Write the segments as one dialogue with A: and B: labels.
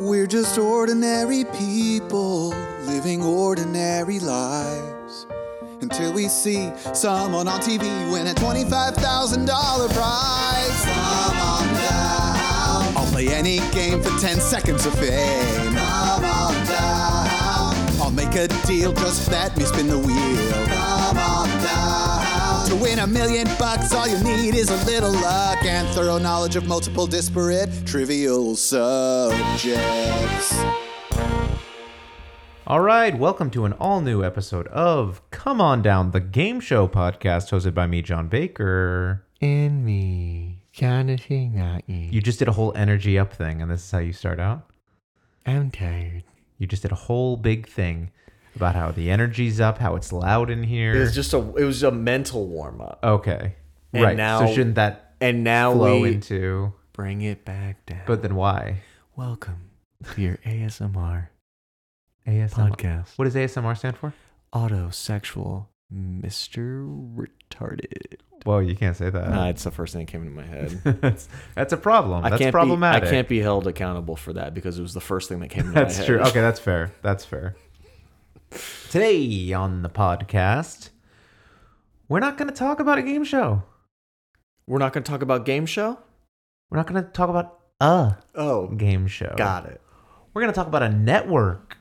A: We're just ordinary people living ordinary lives until we see someone on TV win a $25,000 prize. Come on down. I'll play any game for 10 seconds of fame. Come on down. I'll make a deal, just let me spin the wheel. Come on down. To win a million bucks, all you need is a little luck and thorough knowledge of multiple disparate, trivial subjects.
B: All right, welcome to an all new episode of Come On Down, the game show podcast hosted by me, John Baker.
C: In me, Jonathan Naughton.
B: You just did a whole energy up thing, and this is how you start out?
C: I'm tired.
B: You just did a whole big thing about how the energy's up, how it's loud in here.
D: It was just a it was a mental warm up,
B: okay.
D: And
B: right.
D: now-
B: so shouldn't that
D: and now
B: flow
D: we
B: into.
C: Bring it back down.
B: But then why?
C: welcome to your ASMR
B: ASMR.
C: podcast.
B: What does ASMR stand for?
C: Auto sexual Mr. Retarded.
B: Well, you can't say that.
D: Nah, it's the first thing that came into my head.
B: that's, that's a problem.
D: I
B: that's
D: can't
B: problematic.
D: Be, I can't be held accountable for that because it was the first thing that came into my head.
B: That's true. Okay, that's fair. That's fair. Today on the podcast, we're not going to talk about a game show.
D: We're not going to talk about game show.
B: We're not going to talk about a
D: Oh,
B: game show.
D: got it.
B: We're going to talk about a network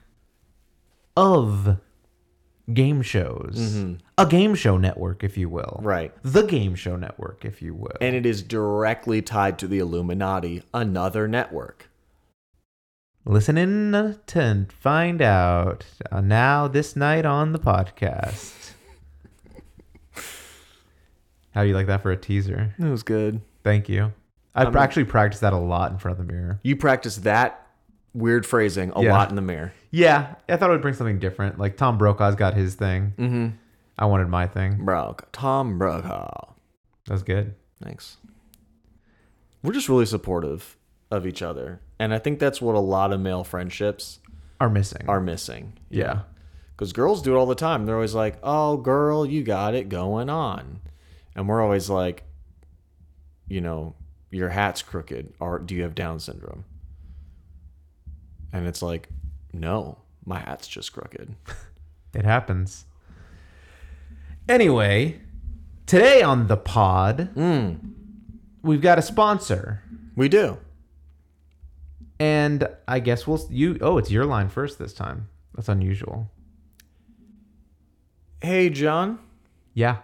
B: of game shows. A game show network, if you will.
D: Mm-hmm. Right.
B: The game show network, if you will.
D: And it is directly tied to the Illuminati, another network.
B: Listen in to find out uh, now this night on the podcast. How do you like that for a teaser?
D: It was good.
B: Thank you. I have actually practiced that a lot in front of the mirror.
D: You practiced that weird phrasing a
B: Yeah.
D: lot in the mirror.
B: Yeah, I thought it would bring something different. Like Tom Brokaw's got his thing. Mm-hmm. I wanted my thing.
D: Bro, Tom Brokaw.
B: That was good.
D: Thanks. We're just really supportive of each other, and I think that's what a lot of male friendships
B: Are missing.
D: are missing.
B: yeah.
D: Because girls do it all the time. They're always like, oh, girl, you got it going on. And we're always like, you know, your hat's crooked. Or do you have Down syndrome? And it's like, no, my hat's just crooked.
B: It happens. Anyway, today on the pod, we've got a sponsor.
D: Hmm. We do.
B: And I guess we'll you. Oh, it's your line first this time. That's unusual.
D: Hey, John,
B: Yeah.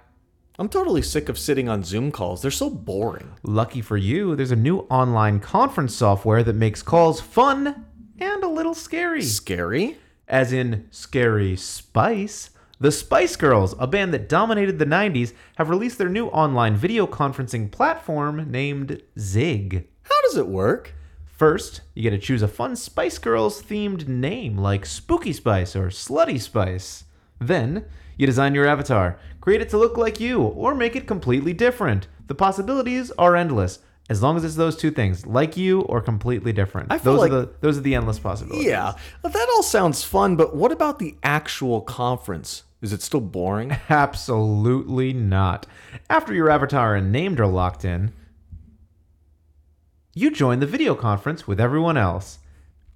D: I'm totally sick of sitting on Zoom calls. They're so boring.
B: Lucky for you, there's a new online conference software that makes calls fun and a little scary.
D: Scary?
B: As in Scary Spice. The Spice Girls, a band that dominated the 90s, have released their new online video conferencing platform named Zig.
D: How does it work?
B: First, you get to choose a fun Spice Girls themed name like Spooky Spice or Slutty Spice. Then, you design your avatar, create it to look like you, or make it completely different. The possibilities are endless, as long as it's those two things, like you or completely different.
D: I feel
B: those
D: like-
B: are the those are the endless possibilities.
D: Yeah, well, that all sounds fun, but what about the actual conference? Is it still boring?
B: Absolutely not. After your avatar and named are locked in, you join the video conference with everyone else.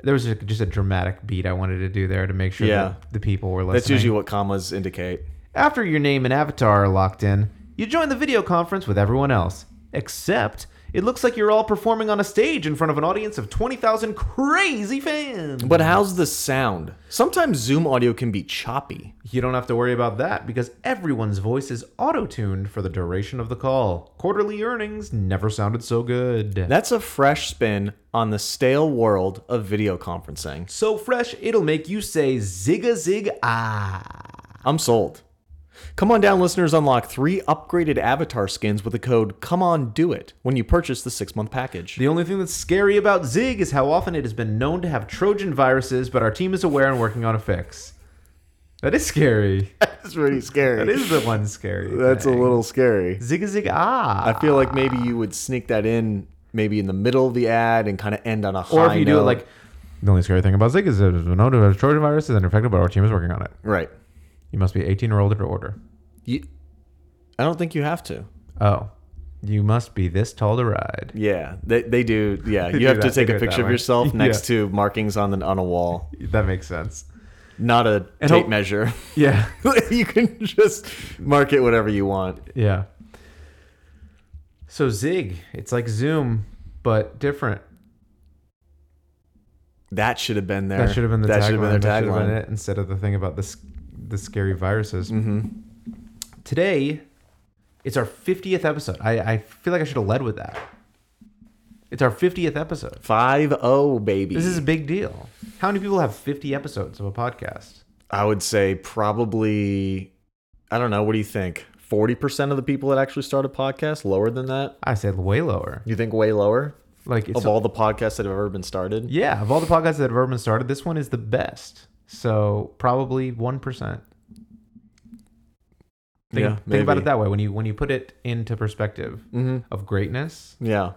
B: There was a, just a dramatic beat I wanted to do there to make sure
D: Yeah.
B: that the people were listening.
D: That's usually what commas indicate.
B: After your name and avatar are locked in, you join the video conference with everyone else. Except, it looks like you're all performing on a stage in front of an audience of 20,000 crazy fans.
D: But how's the sound? Sometimes Zoom audio can be choppy.
B: You don't have to worry about that because everyone's voice is auto tuned for the duration of the call. Quarterly earnings never sounded so good.
D: That's a fresh spin on the stale world of video conferencing.
B: so fresh, it'll make you say zigga zig ah.
D: I'm sold. Come on down, listeners, unlock three upgraded avatar skins with the code Come On Do It when you purchase the six month package.
B: The only thing that's scary about Zig is how often it has been known to have Trojan viruses, but our team is aware and working on a fix. That is scary.
D: That's pretty scary.
B: That is the one scary. thing.
D: little scary.
B: zigga zig ah.
D: I feel like maybe you would sneak that in maybe in the middle of the ad and kind of end on a high
B: Or if you do it
D: note.
B: like the only scary thing about Zig is it is known to have Trojan viruses and infected, but our team is working on it.
D: right.
B: You must be 18 or older to order.
D: You, I don't think you have to.
B: Oh. You must be this tall to ride.
D: Yeah, they, they do. Yeah,
B: They
D: you have
B: do
D: to
B: that- they
D: take
B: do
D: a
B: it that
D: picture of
B: way.
D: yourself
B: Yeah.
D: next to markings on the on a wall,
B: That makes sense.
D: not a
B: And
D: tape
B: hope-
D: measure.
B: Yeah.
D: you can just mark it whatever you want.
B: Yeah. So Zig, it's like Zoom, but different.
D: That should have been there.
B: That should have been the
D: Er, that
B: tagline.
D: should have been
B: That
D: their
B: should have been
D: tagline.
B: it instead of the thing about the, sc- the scary viruses. Mm-hmm. Today, it's our 50th episode. I, I feel like I should have led with that. It's our 50th episode.
D: Five O baby.
B: This is a big deal. How many people have 50 episodes of a podcast?
D: I would say probably. I don't know. What do you think? Forty percent of the people that actually start a podcast. Lower than that.
B: I said way lower.
D: You think way lower
B: Like it's
D: of all the podcasts that have ever been started?
B: yeah, of all the podcasts that have ever been started, this one is the best. So probably one percent. Think,
D: Yeah,
B: think about
D: maybe.
B: it that way. When you when you put it into perspective of greatness,
D: Yeah.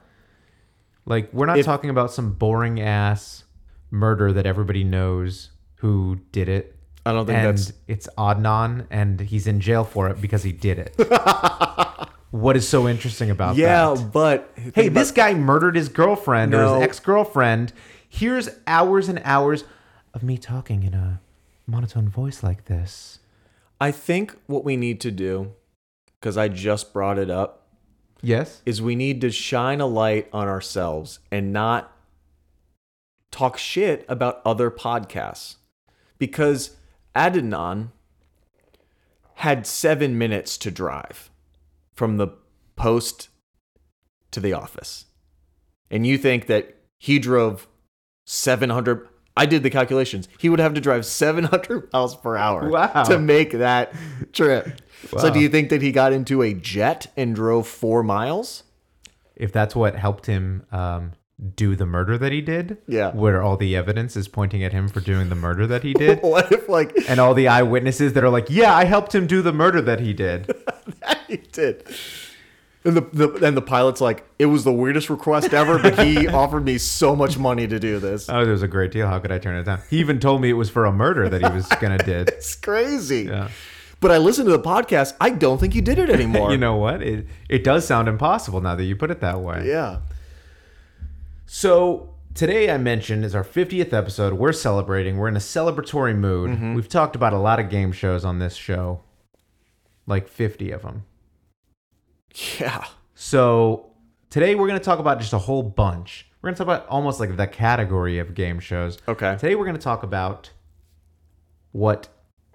B: like we're not
D: If-
B: talking about some boring ass murder that everybody knows who did it.
D: I don't think
B: And
D: that's
B: it's Adnan, and he's in jail for it because he did it. what is so interesting about
D: yeah,
B: that?
D: but
B: hey, this guy murdered his girlfriend or
D: No.
B: his ex girlfriend. Here's hours and hours of me talking in a monotone voice like this.
D: I think what we need to do, because I just brought it up,
B: Yes.
D: is we need to shine a light on ourselves and not talk shit about other podcasts. Because Adnan had seven minutes to drive from the post to the office. And you think that he drove 700. I did the calculations. He would have to drive 700 miles per hour
B: Wow.
D: to make that trip.
B: Wow.
D: So, do you think that he got into a jet and drove four miles?
B: If that's what helped him um, do the murder that he did,
D: Yeah.
B: where all the evidence is pointing at him for doing the murder that he did,
D: What if, like,
B: and all the eyewitnesses that are like, yeah, I helped him do the murder that he did.
D: he did? And the, the and the pilot's like, it was the weirdest request ever, but he offered me so much money to do this.
B: Oh, there was a great deal. How could I turn it down? He even told me it was for a murder that he was gonna did.
D: It's crazy.
B: Yeah.
D: But I listened to the podcast. I don't think he did it anymore.
B: You know what? It it does sound impossible now that you put it that way.
D: Yeah.
B: So today I mentioned is our 50th episode. We're celebrating. We're in a celebratory mood. We've talked about a lot of game shows on this show, like 50 of them.
D: Yeah.
B: So today we're going to talk about just a whole bunch. We're going to talk about almost like the category of game shows.
D: Okay.
B: Today we're going to talk about what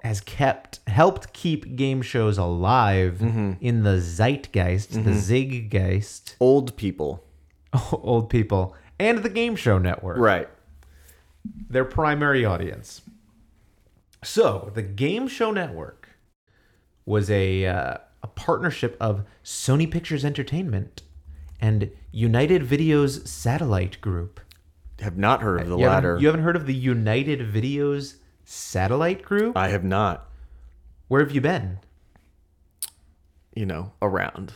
B: has kept helped keep game shows alive in the zeitgeist, the ziggeist,
D: Old people.
B: old people, and the game show network.
D: Right.
B: their primary audience. So the Game Show Network was a uh, a partnership of Sony Pictures Entertainment and United Videos Satellite Group.
D: Have not heard of the
B: you
D: latter.
B: Haven't, you haven't heard of the United Videos Satellite Group?
D: I have not.
B: Where have you been?
D: You know, around.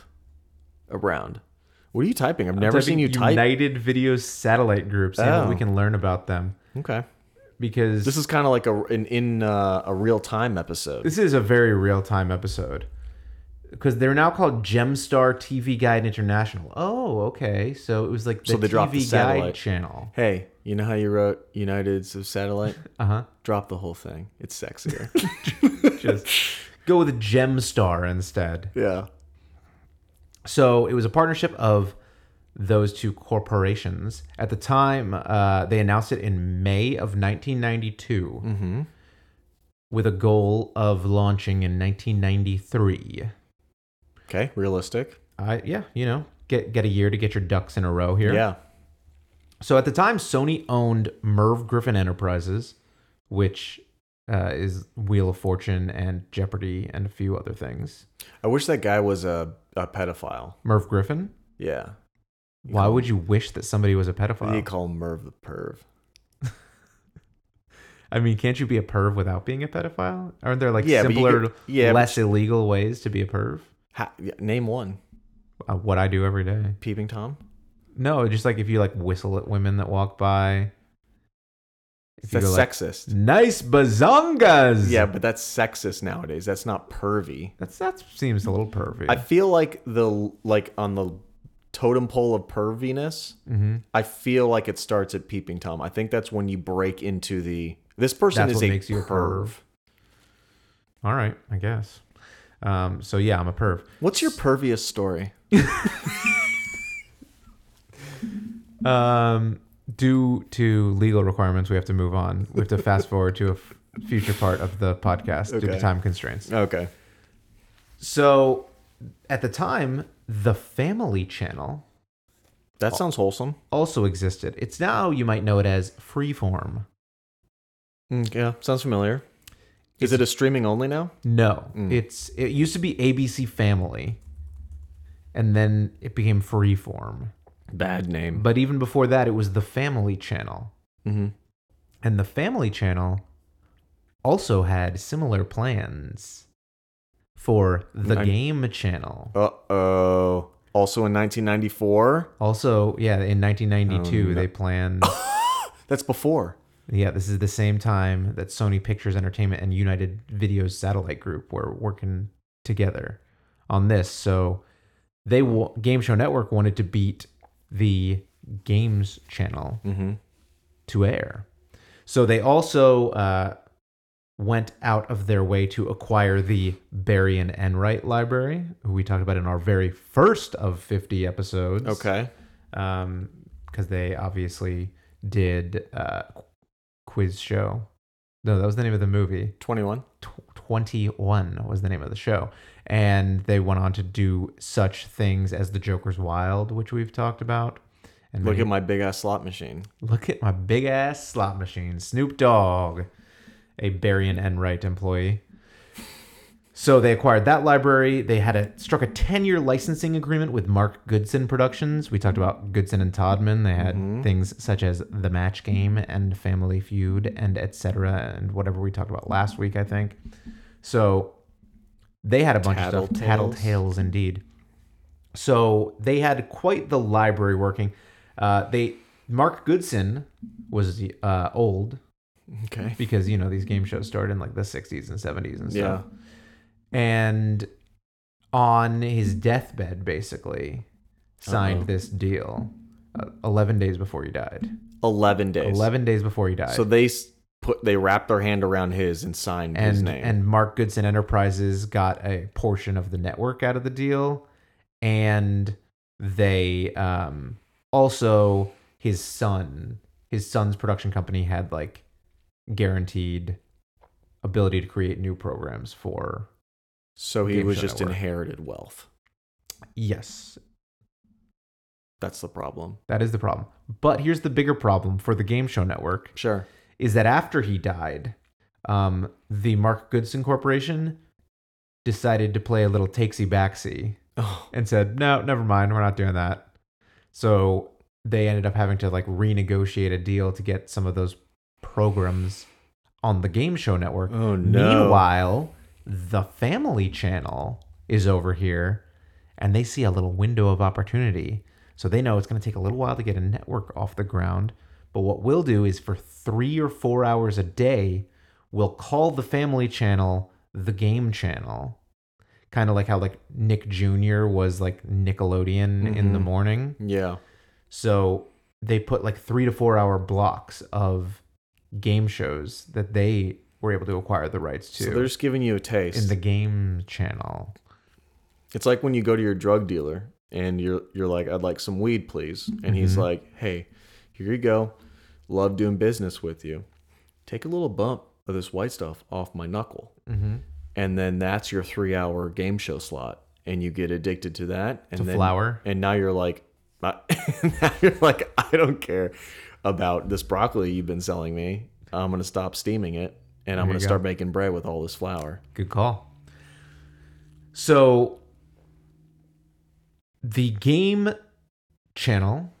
D: Around. What are you typing? I've never seen you
B: United
D: type.
B: United Videos Satellite Group. See what
D: Oh.
B: we can learn about them
D: okay.
B: because
D: This is kind of like a an in uh, a real time episode.
B: This is a very real time episode because they're now called Gemstar TV Guide International. Oh, okay. So it was like the
D: So they
B: TV
D: dropped the
B: Guide
D: satellite.
B: channel.
D: Hey, you know how you wrote United's of satellite?
B: Uh huh.
D: Drop the whole thing. It's sexier.
B: Just go with Gemstar instead.
D: yeah.
B: So it was a partnership of those two corporations. At the time, uh, they announced it in May of 1992 with a goal of launching in 1993.
D: Okay. Realistic.
B: I yeah, you know, get get a year to get your ducks in a row here.
D: Yeah.
B: So at the time, Sony owned Merv Griffin Enterprises, which uh, is Wheel of Fortune and Jeopardy and a few other things.
D: I wish that guy was a, a pedophile.
B: Merv Griffin?
D: Yeah.
B: Why would you wish that somebody was a
D: What do you
B: pedophile?
D: call Merv the perv?
B: I mean, can't you be a perv without being a pedophile? Aren't there like
D: Yeah, but you
B: simpler,
D: could- yeah, but
B: less illegal ways to be a perv?
D: Ha- yeah, name one.
B: Uh, what I do every day.
D: Peeping Tom.
B: No, just like if you like whistle at women that walk by. If you
D: That's
B: go like,
D: sexist.
B: Nice bazongas.
D: Yeah, but that's sexist nowadays. That's not pervy.
B: That's, that seems a little pervy.
D: I feel like the like on the totem pole of perviness.
B: Mm-hmm.
D: I feel like it starts at peeping tom. I think that's when you break into the this person
B: That's
D: is
B: what
D: a
B: makes you a
D: perv.
B: perv. All right, I guess. Um, so yeah, I'm a perv.
D: What's your pervious story?
B: Um, due to legal requirements, we have to move on. We have to fast forward to a f- future part of the podcast due
D: Okay.
B: to time constraints.
D: Okay.
B: So at the time, the Family Channel
D: That sounds wholesome.
B: also existed. It's now you might know it as Freeform.
D: Mm, yeah, sounds familiar. Is it a streaming only now?
B: No,
D: Mm.
B: it's it used to be ABC Family, and then it became Freeform.
D: Bad name.
B: But even before that, it was the Family Channel.
D: hmm
B: And the Family Channel also had similar plans for the
D: I-
B: Game Channel.
D: Uh oh. Also in 1994.
B: Also, yeah, in 1992,
D: Oh, no.
B: they planned.
D: That's before.
B: yeah, this is the same time that Sony Pictures Entertainment and United Video's Satellite Group were working together on this. So they wa- Game Show Network wanted to beat the Games Channel
D: Mm-hmm.
B: to air. So they also uh, went out of their way to acquire the Barry and Enright Library, who we talked about in our very first of 50 episodes.
D: Okay.
B: Because they obviously did uh, Qu- Quiz Show. No, that was the name of the movie.
D: 21.
B: Tw 21 was the name of the show. And they went on to do such things as The Joker's Wild, which we've talked about. And
D: Look
B: many
D: at my big ass slot machine.
B: Look at my big ass slot machine, Snoop Dogg, a Barry and Enright employee. So they acquired that library. They had a struck a ten year licensing agreement with Mark Goodson Productions. We talked about Goodson and Todman. They had things such as The Match Game and Family Feud and etc. and whatever we talked about last week, I think. So they had a bunch of stuff.
D: Tattletales.
B: Tattletales, indeed. So they had quite the library working. Uh, they Mark Goodson was uh, old
D: Okay.
B: because you know these game shows started in like the 60s and 70s and
D: Yeah.
B: stuff. And on his deathbed, basically, signed
D: Uh-oh.
B: this deal. Uh, 11 days before he died.
D: 11 days.
B: 11 days before he died.
D: So they s- put they wrapped their hand around his and signed his
B: and
D: name.
B: and Mark Goodson Enterprises got a portion of the network out of the deal, and they um, also his son, his son's production company had like guaranteed ability to create new programs for
D: so he
B: Game
D: was
B: Show
D: just
B: Network.
D: inherited wealth.
B: yes
D: That's the problem.
B: that is the problem but here's the bigger problem for the game show network
D: Sure.
B: is that after he died, um, the Mark Goodson Corporation decided to play a little takesy backsy
D: Oh.
B: and said, "No, never mind, we're not doing that." So they ended up having to like renegotiate a deal to get some of those programs on the game show network.
D: Oh, no.
B: Meanwhile, the Family Channel is over here, and they see a little window of opportunity. So they know it's going to take a little while to get a network off the ground. But what we'll do is for three or four hours a day, we'll call the Family Channel the Game Channel kind of like how like Nick Jr. was like Nickelodeon in the
D: Mhm.
B: morning.
D: Yeah.
B: So they put like three to four hour blocks of game shows that they were able to acquire the rights to
D: So they're just giving you a taste.
B: in the game channel.
D: it's like when you go to your drug dealer and you're you're like, I'd like some weed, please. And he's
B: Mm-hmm.
D: like, Hey, here you go. Love doing business with you. Take a little bump of this white stuff off my knuckle.
B: Mm-hmm.
D: and then that's your three hour game show slot and you get addicted to that and
B: To
D: then,
B: flour.
D: and now you're like I- now you're like i don't care about this broccoli you've been selling me i'm gonna stop steaming it and i'm
B: There you
D: gonna
B: go.
D: start making bread with all this flour
B: Good call. So the game channel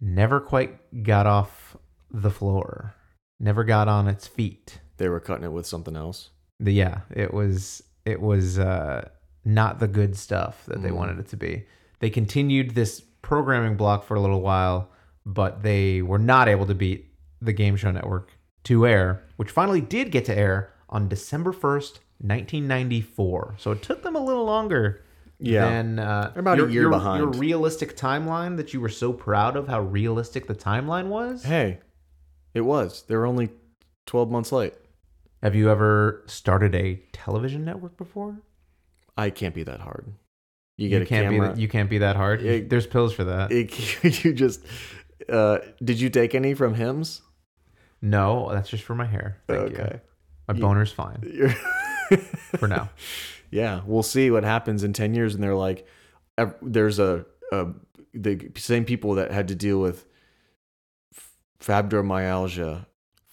B: never quite got off the floor, never got on its feet.
D: they were cutting it with something else
B: the, yeah it was it was uh not the good stuff that they
D: Mm.
B: wanted it to be they continued this programming block for a little while but they were not able to beat the Game Show Network to air, which finally did get to air on December 1st, 1994. So it took them a little longer
D: Yeah.
B: than uh,
D: They're about a
B: your-
D: year
B: your-
D: behind.
B: Your realistic timeline that you were so proud of, how realistic the timeline was.
D: Hey, it was. They were only 12 months late.
B: Have you ever started a television network before?
D: I can't be that hard. You get a
B: can't
D: camera.
B: be you can't be that hard.
D: It-
B: There's pills for that.
D: It- you just. Uh, did you take any from hymns?
B: no, that's just for my hair. Thank you.
D: okay.
B: My boner's fine
D: You're-
B: for now.
D: yeah, we'll see what happens in 10 years. And they're like, ev- there's a, a the same people that had to deal with f- fibromyalgia.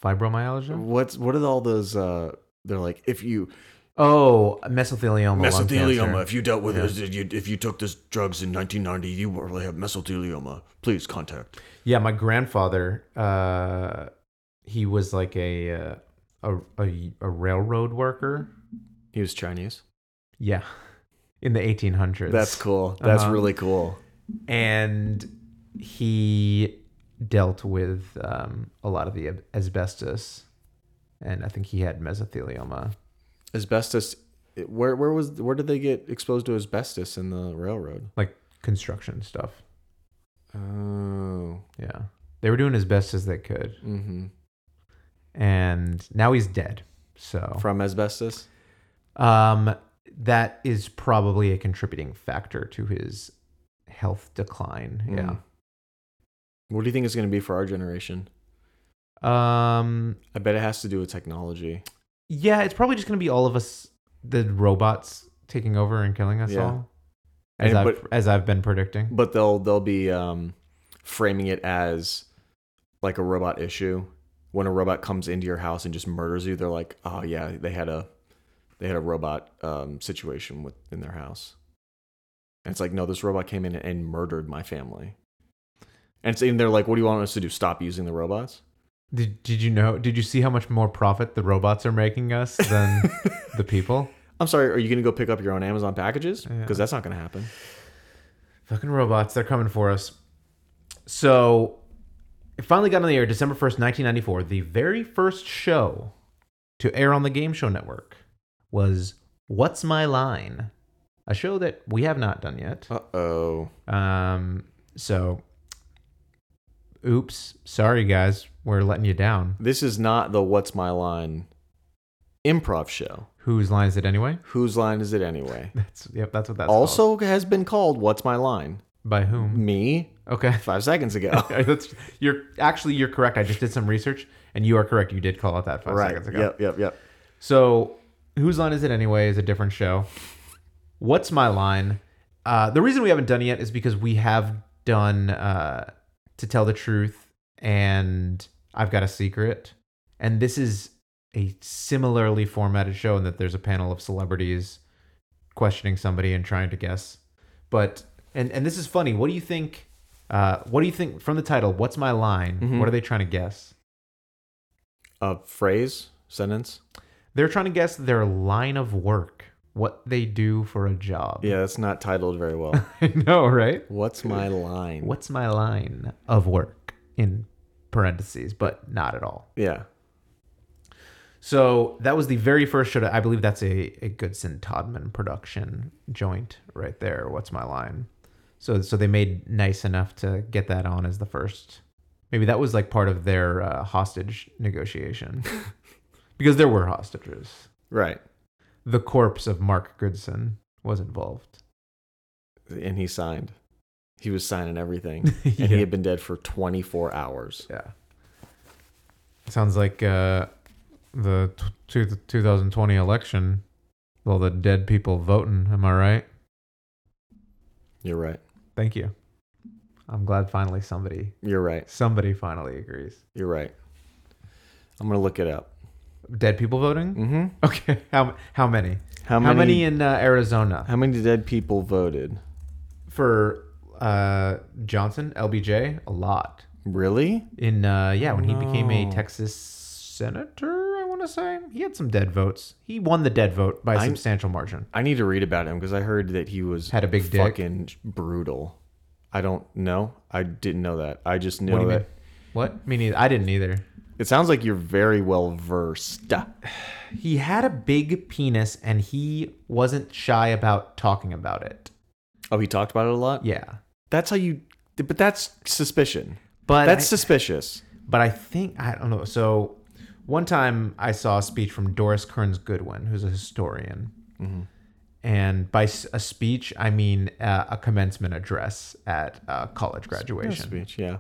B: Fibromyalgia.
D: What's what are all those? Uh, they're like, if you
B: Oh, mesothelioma. lung
E: mesothelioma.
B: cancer.
E: If you dealt with this, if you, if you took this drugs in 1990, you will have mesothelioma. Please contact.
B: Yeah, my grandfather. Uh, he was like a, uh, a a a railroad worker.
D: he was Chinese.
B: Yeah, in the 1800s.
D: That's cool. That's
B: Uh-huh.
D: really cool.
B: and he dealt with um, a lot of the ab- asbestos, and I think he had mesothelioma.
D: asbestos where where was where did they get exposed to asbestos in the railroad
B: like construction stuff.
D: oh
B: Yeah. They were doing as best as they could.
D: mm-hmm.
B: And now he's dead.
E: Oh.
B: So
D: from asbestos
B: um that is probably a contributing factor to his health decline.
D: Mm. what do you think it's going to be for our generation
B: Yeah. Um
D: i bet it has to do with technology
B: yeah, it's probably just going to be all of us the robots taking over and killing us
D: Yeah.
B: all. As
D: And-
B: I've as I've been predicting.
D: but they'll they'll be um framing it as like a robot issue when a robot comes into your house and just murders you they're like oh yeah they had a they had a robot um situation with in their house and it's like no this robot came in and murdered my family and it's and they're like what do you want us to do stop using the robots
B: Did, did you know did you see how much more profit the robots are making us than the people?
D: i'm sorry are you gonna go pick up your own amazon packages because
B: Yeah.
D: that's not gonna happen
B: Fucking robots, they're coming for us. So it finally got on the air December 1st, 1994. The very first show to air on the Game Show Network was What's My Line? A show that we have not done yet.
D: uh-oh
B: Um, so, oops. Sorry, guys. We're letting you down.
D: this is not the what's my line improv show
B: Whose line is it anyway?
D: whose line is it anyway
B: That's, yep, that's what that's called.
D: also has been called What's My Line?
B: By whom?
D: Me
B: Okay.
D: five seconds ago.
B: that's, you're actually you're correct. I just did some research, and you are correct. You did call it that five
D: right.
B: seconds ago.
D: Yep, yep, yep.
B: So, whose line is it anyway? Is a different show. What's my line? Uh, the reason we haven't done it yet is because we have done uh, to tell the truth, and I've got a secret, and this is a similarly formatted show in that there's a panel of celebrities questioning somebody and trying to guess. But and and this is funny. What do you think? Uh, what do you think from the title? What's my line?
D: Mhm.
B: What are they trying to guess?
D: A phrase, sentence.
B: They're trying to guess their line of work, what they do for a job.
D: Yeah, that's not titled very well.
B: I know, right?
D: What's my line?
B: What's my line of work in parentheses, but not at all.
D: Yeah.
B: So that was the very first show. To, I believe that's a, a Goodson Todman production joint right there. What's my line? So so they made nice enough to get that on as the first. Maybe that was like part of their uh, hostage negotiation, because there were hostages.
D: Right.
B: The corpse of Mark Goodson was involved.
D: And he signed. He was signing everything.
B: Yeah.
D: And he had been dead for 24 hours.
B: Yeah. Sounds like uh, the t- two- 2020 election, with all the dead people voting. Am I right?
D: You're right.
B: Thank you. I'm glad finally somebody
D: You're right.
B: somebody finally agrees.
D: You're right. I'm going to look it up.
B: Dead people voting?
D: Mm-hmm.
B: Okay. How how many?
D: How
B: How
D: many,
B: many, in uh, Arizona
D: How many dead people voted?
B: for uh, Johnson LBJ? A lot.
D: Really?
B: In uh, yeah, when he became a Texas senator, I want to say he had some dead votes. He won the dead vote by a substantial margin.
D: I need to read about him because I heard that he was
B: Had a big dick?
D: fucking brutal. I don't know. I didn't know that. I just know
B: What do you
D: that
B: mean? What? Me neither. I didn't either.
D: It sounds like you're very well versed.
B: He had a big penis and he wasn't shy about talking about it.
D: Oh, he talked about it a lot?
B: Yeah.
D: That's how you but that's suspicion.
B: But I,
D: That's suspicious.
B: but I think I don't know. So one time I saw a speech from Doris Kearns Goodwin, who's a historian. And by s- a speech, I mean uh, a commencement address at uh, college graduation.
D: Speech, yeah.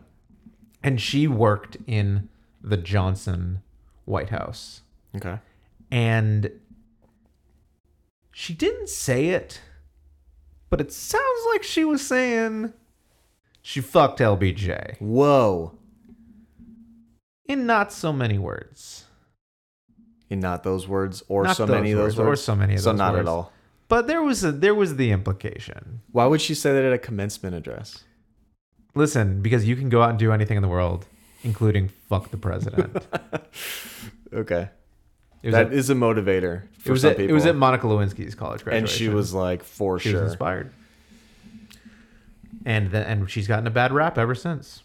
B: and she worked in the Johnson White House.
D: Okay.
B: And she didn't say it, but it sounds like she was saying she fucked LBJ
D: Whoa.
B: in not so many words.
D: In not those words or
B: Not
D: so
B: those
D: many of those
B: words,
D: words.
B: or so many of
D: So
B: those
D: not
B: words.
D: at all.
B: But there was a, there was the implication.
D: Why would she say that at a commencement address?
B: Listen, because you can go out and do anything in the world, including fuck the president. It
D: Okay.
B: was
D: that
B: at-
D: is a motivator for
B: it was
D: some
B: at,
D: people.
B: it was at Monica Lewinsky's college graduation,
D: and she was like, for
B: she
D: sure.
B: was inspired. And then and she's gotten a bad rap ever since.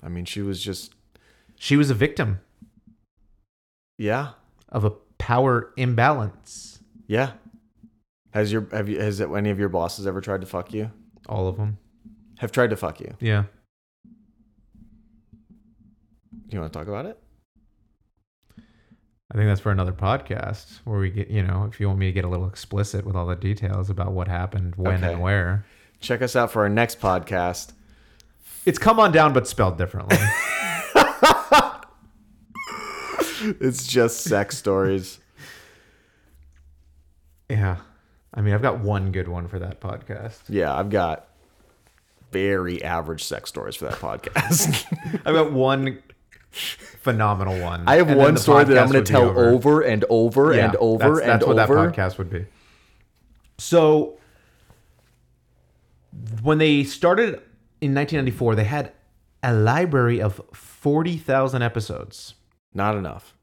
D: I mean, she was just,
B: She was a victim
D: yeah,
B: of a power imbalance.
D: yeah. Has your have you has any of your bosses ever tried to fuck you?
B: All of them.
D: Have tried to fuck you?
B: Yeah.
D: You want to talk about it?
B: I think that's for another podcast where we get, you know, if you want me to get a little explicit with all the details about what happened, when,
D: Okay.
B: and where.
D: Check us out for our next podcast.
B: It's come on down, but spelled differently.
D: It's just sex stories.
B: yeah. I mean, I've got one good one for that podcast.
D: Yeah, I've got very average sex stories for that podcast.
B: I've got one phenomenal one.
D: I have
B: and then
D: one
B: the
D: story that I'm
B: podcast
D: going
B: would
D: to
B: be
D: tell over. and over
B: Yeah,
D: and over
B: that's, that's
D: and
B: what
D: over.
B: that podcast would be. So when they started in 1994, they had a library of 40,000 episodes.
D: Not enough.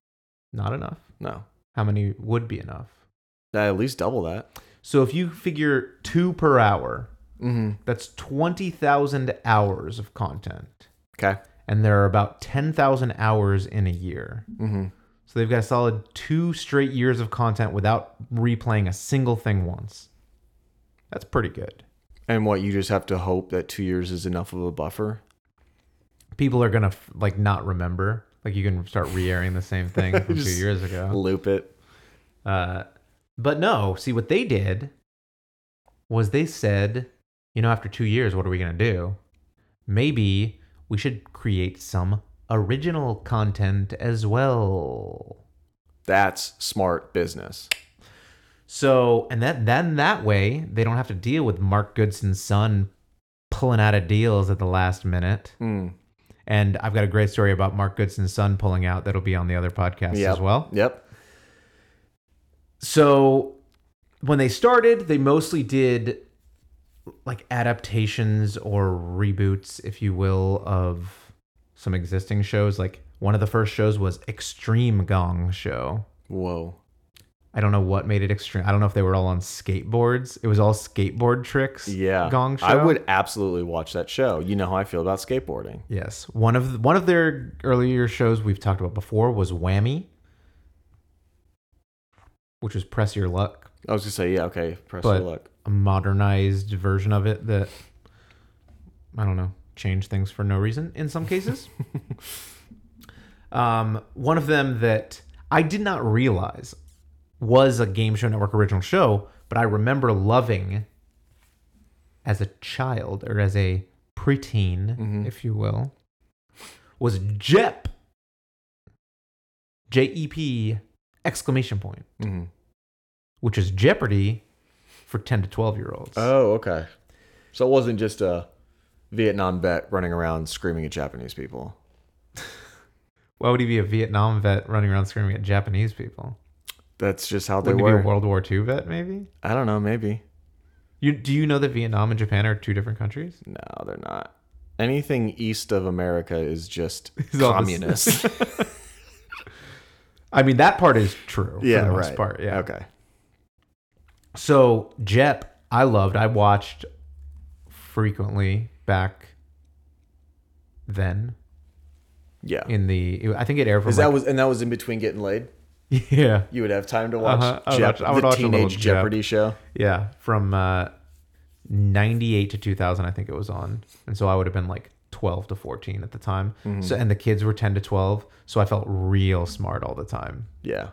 B: Not enough.
D: No,
B: How many would be enough?
D: at least double that.
B: So if you figure two per hour,
D: Mm-hmm.
B: that's 20,000 hours of content.
D: Okay.
B: And there are about 10,000 hours in a year.
D: Mm-hmm.
B: So they've got a solid two straight years of content without replaying a single thing once. That's pretty good.
D: And what you just have to hope that two years is enough of a buffer.
B: People are gonna f- like not remember. Like you can start re-airing the same thing from two
D: Just-
B: years ago.
D: Loop it.
B: Uh, but no, see what they did was they said, you know, after two years, what are we gonna do? Maybe we should create some original content as well.
D: That's smart business.
B: So and that then that way they don't have to deal with Mark Goodson's son pulling out of deals at the last minute.
D: Mm.
B: And I've got a great story about Mark Goodson's son pulling out that'll be on the other podcast
D: Yep.
B: as well.
D: Yep.
B: So when they started, they mostly did like adaptations or reboots, if you will, of some existing shows. Like one of the first shows was Extreme Gong Show.
D: Whoa.
B: I don't know what made it extreme. I don't know if they were all on skateboards. It was all skateboard tricks.
D: Yeah.
B: Gong show.
D: I would absolutely watch that show. You know how I feel about skateboarding.
B: Yes. One of one of their earlier shows we've talked about before was Whammy, which was Press Your Luck,
D: I was gonna say, yeah, okay, press
B: But-
D: your luck.
B: a modernized version of it that I don't know, changed things for no reason in some cases. um, one of them that I did not realize was a Game Show Network original show, but I remember loving as a child or as a preteen, if you will, was JEP. J E P exclamation point,
D: Mm-hmm.
B: which is Jeopardy for 10 to 12 year olds.
D: Oh, okay. So it wasn't just a Vietnam vet running around screaming at Japanese people.
B: Why would he be a Vietnam vet running around screaming at Japanese people?
D: That's just how they
B: Wouldn't he
D: were.
B: be a World War II vet, maybe?
D: I don't know, maybe.
B: You, do you know that Vietnam and Japan are two different countries?
D: No, they're not. Anything east of America is just
B: all the-
D: communist.
B: I mean, that part is true.
D: yeah,
B: for the most
D: right.
B: part. Yeah.
D: Okay.
B: So Jep, I loved. I watched frequently back then
D: Yeah.
B: in the I think it aired from
D: Is
B: like-
D: that was and that was in between getting laid?
B: yeah
D: You would have time to watch,
B: Uh-huh. I would
D: Jep-
B: watch- I would
D: the
B: watch a little
D: teenage
B: Jep.
D: Jeopardy show.
B: yeah from uh, 98 to 2000 I think it was on and so I would have been like 12 to 14 at the time
D: Mm-hmm.
B: so and the kids were 10 to 12 so I felt real smart all the time
D: Yeah.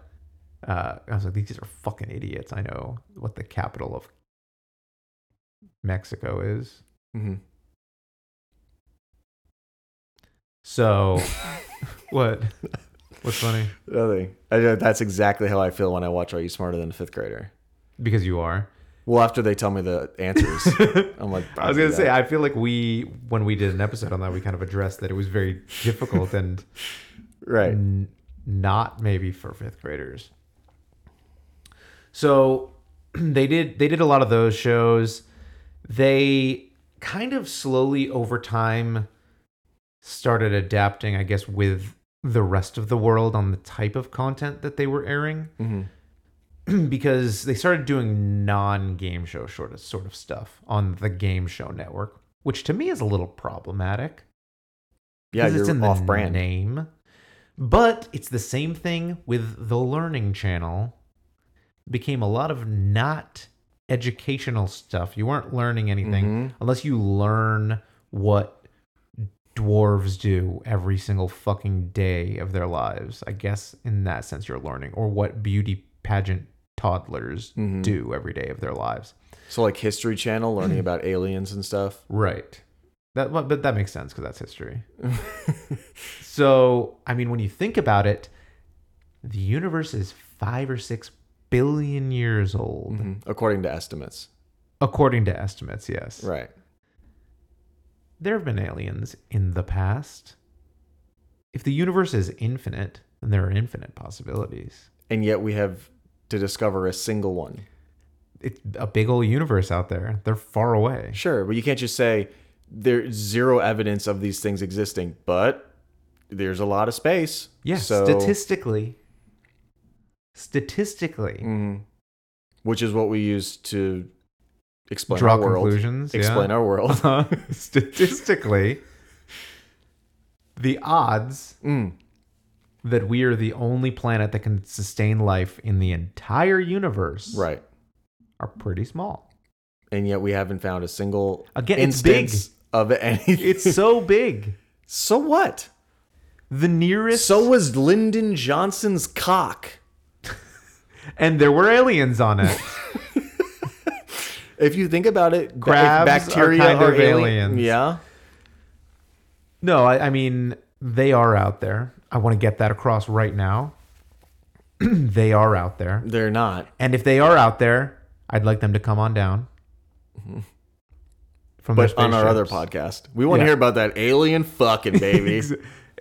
B: uh, I was like, these are fucking idiots. I know what the capital of Mexico is.
D: Mm-hmm.
B: So, what? What's funny?
D: Nothing. I, know that's exactly how I feel when I watch Are You Smarter Than a Fifth Grader?
B: Because you are.
D: Well, after they tell me the answers, I'm like,
B: I was gonna say, I feel like we, when we did an episode on that, we kind of addressed that it was very difficult and
D: right.
B: n- not maybe for fifth graders. So they did they did a lot of those shows. They kind of slowly over time started adapting, I guess, with the rest of the world on the type of content that they were airing.
D: Mm-hmm.
B: because they started doing non-game show sort of sort of stuff on the game show network, which to me is a little problematic.
D: Yeah,
B: 'Cause
D: you're
B: it's in the
D: off brand.
B: name. But it's the same thing with the Learning Channel. Became a lot of not educational stuff. You weren't learning anything
D: Mm-hmm.
B: unless you learn what dwarves do every single fucking day of their lives. I guess in that sense you're learning, or what beauty pageant toddlers
D: Mm-hmm.
B: do every day of their lives.
D: So, like History Channel, learning
B: Mm-hmm.
D: about aliens and stuff.
B: Right. That well, but that makes sense because that's history. so I mean, when you think about it, the universe is five or six billion years old,
D: Mhm. According to estimates.
B: according to estimates. Yes,
D: Right.
B: there have been aliens in the past. If the universe is infinite, then there are infinite possibilities.
D: And yet we have to discover a single one.
B: It's a big old universe out there. They're far away.
D: Sure, but you can't just say there's zero evidence of these things existing, but there's a lot of space.
B: Yeah,
D: So,
B: statistically, statistically,
D: Mhm. which is what we use to explain
B: draw
D: our world.
B: conclusions. yeah.
D: Explain our world.
B: Uh, statistically, the odds
D: Mm.
B: that we are the only planet that can sustain life in the entire universe
D: Right.
B: are pretty small.
D: And yet we haven't found a single
B: Again, it's big.
D: instance of anything.
B: It's so big.
D: so what?
B: The nearest.
D: So was Lyndon Johnson's cock.
B: and there were aliens on it.
D: If you think about it, ba-
B: Crabs are
D: bacteria
B: kind
D: are
B: of
D: alien-
B: aliens.
D: Yeah.
B: no, I, I mean, they are out there. I want to get that across right now. they are out there.
D: They're not.
B: And if they are out there, I'd like them to come on down. From
D: Mm-hmm. But
B: their
D: on our other
B: spaceships.
D: podcast, we want to
B: Yeah.
D: hear about that alien fucking baby.
B: Ex-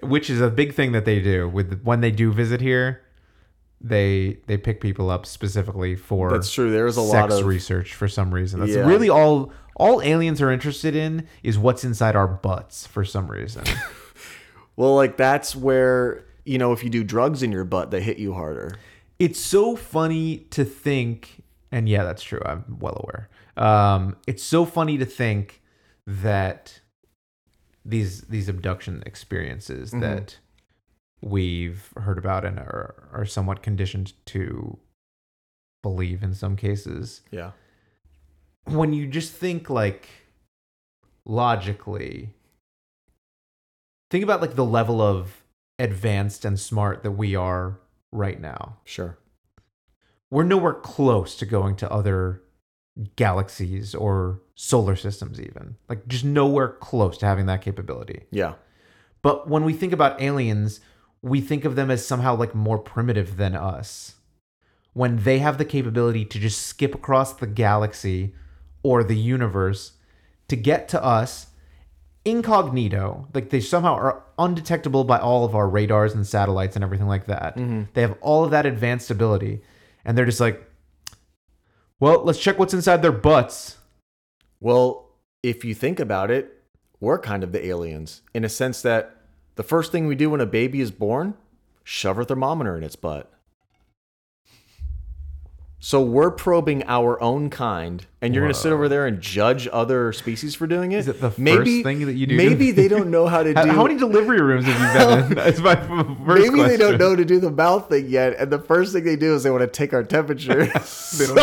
B: which is a big thing that they do with when they do visit here they they pick people up specifically for
D: That's true. There is a
B: sex
D: lot of
B: research for some reason that's
D: Yeah.
B: really all all aliens are interested in is what's inside our butts for some reason
D: well, like that's where you know if you do drugs in your butt, they hit you harder.
B: it's so funny to think and yeah that's true i'm well aware um, it's so funny to think that these these abduction experiences that we've heard about and are, are somewhat conditioned to believe in some cases
D: Yeah,
B: when you just think like logically think about like the level of advanced and smart that we are right now
D: sure.
B: we're nowhere close to going to other galaxies or solar systems even like just nowhere close to having that capability
D: Yeah,
B: but when we think about aliens we think of them as somehow like more primitive than us when they have the capability to just skip across the galaxy or the universe to get to us incognito like they somehow are undetectable by all of our radars and satellites and everything like that
D: Mm-hmm.
B: they have all of that advanced ability and they're just like well let's check what's inside their butts
D: Well, if you think about it, we're kind of the aliens in a sense that the first thing we do when a baby is born, shove a thermometer in its butt. So we're probing our own kind, and you're going to sit over there and judge other species for doing it.
B: Is it the first thing that you do?
D: Maybe they don't know how to do.
B: How, how many delivery rooms have you been in? That's my f- first
D: Maybe
B: question.
D: they don't know to do the mouth thing yet, and the first thing they do is they want to take our temperature. So-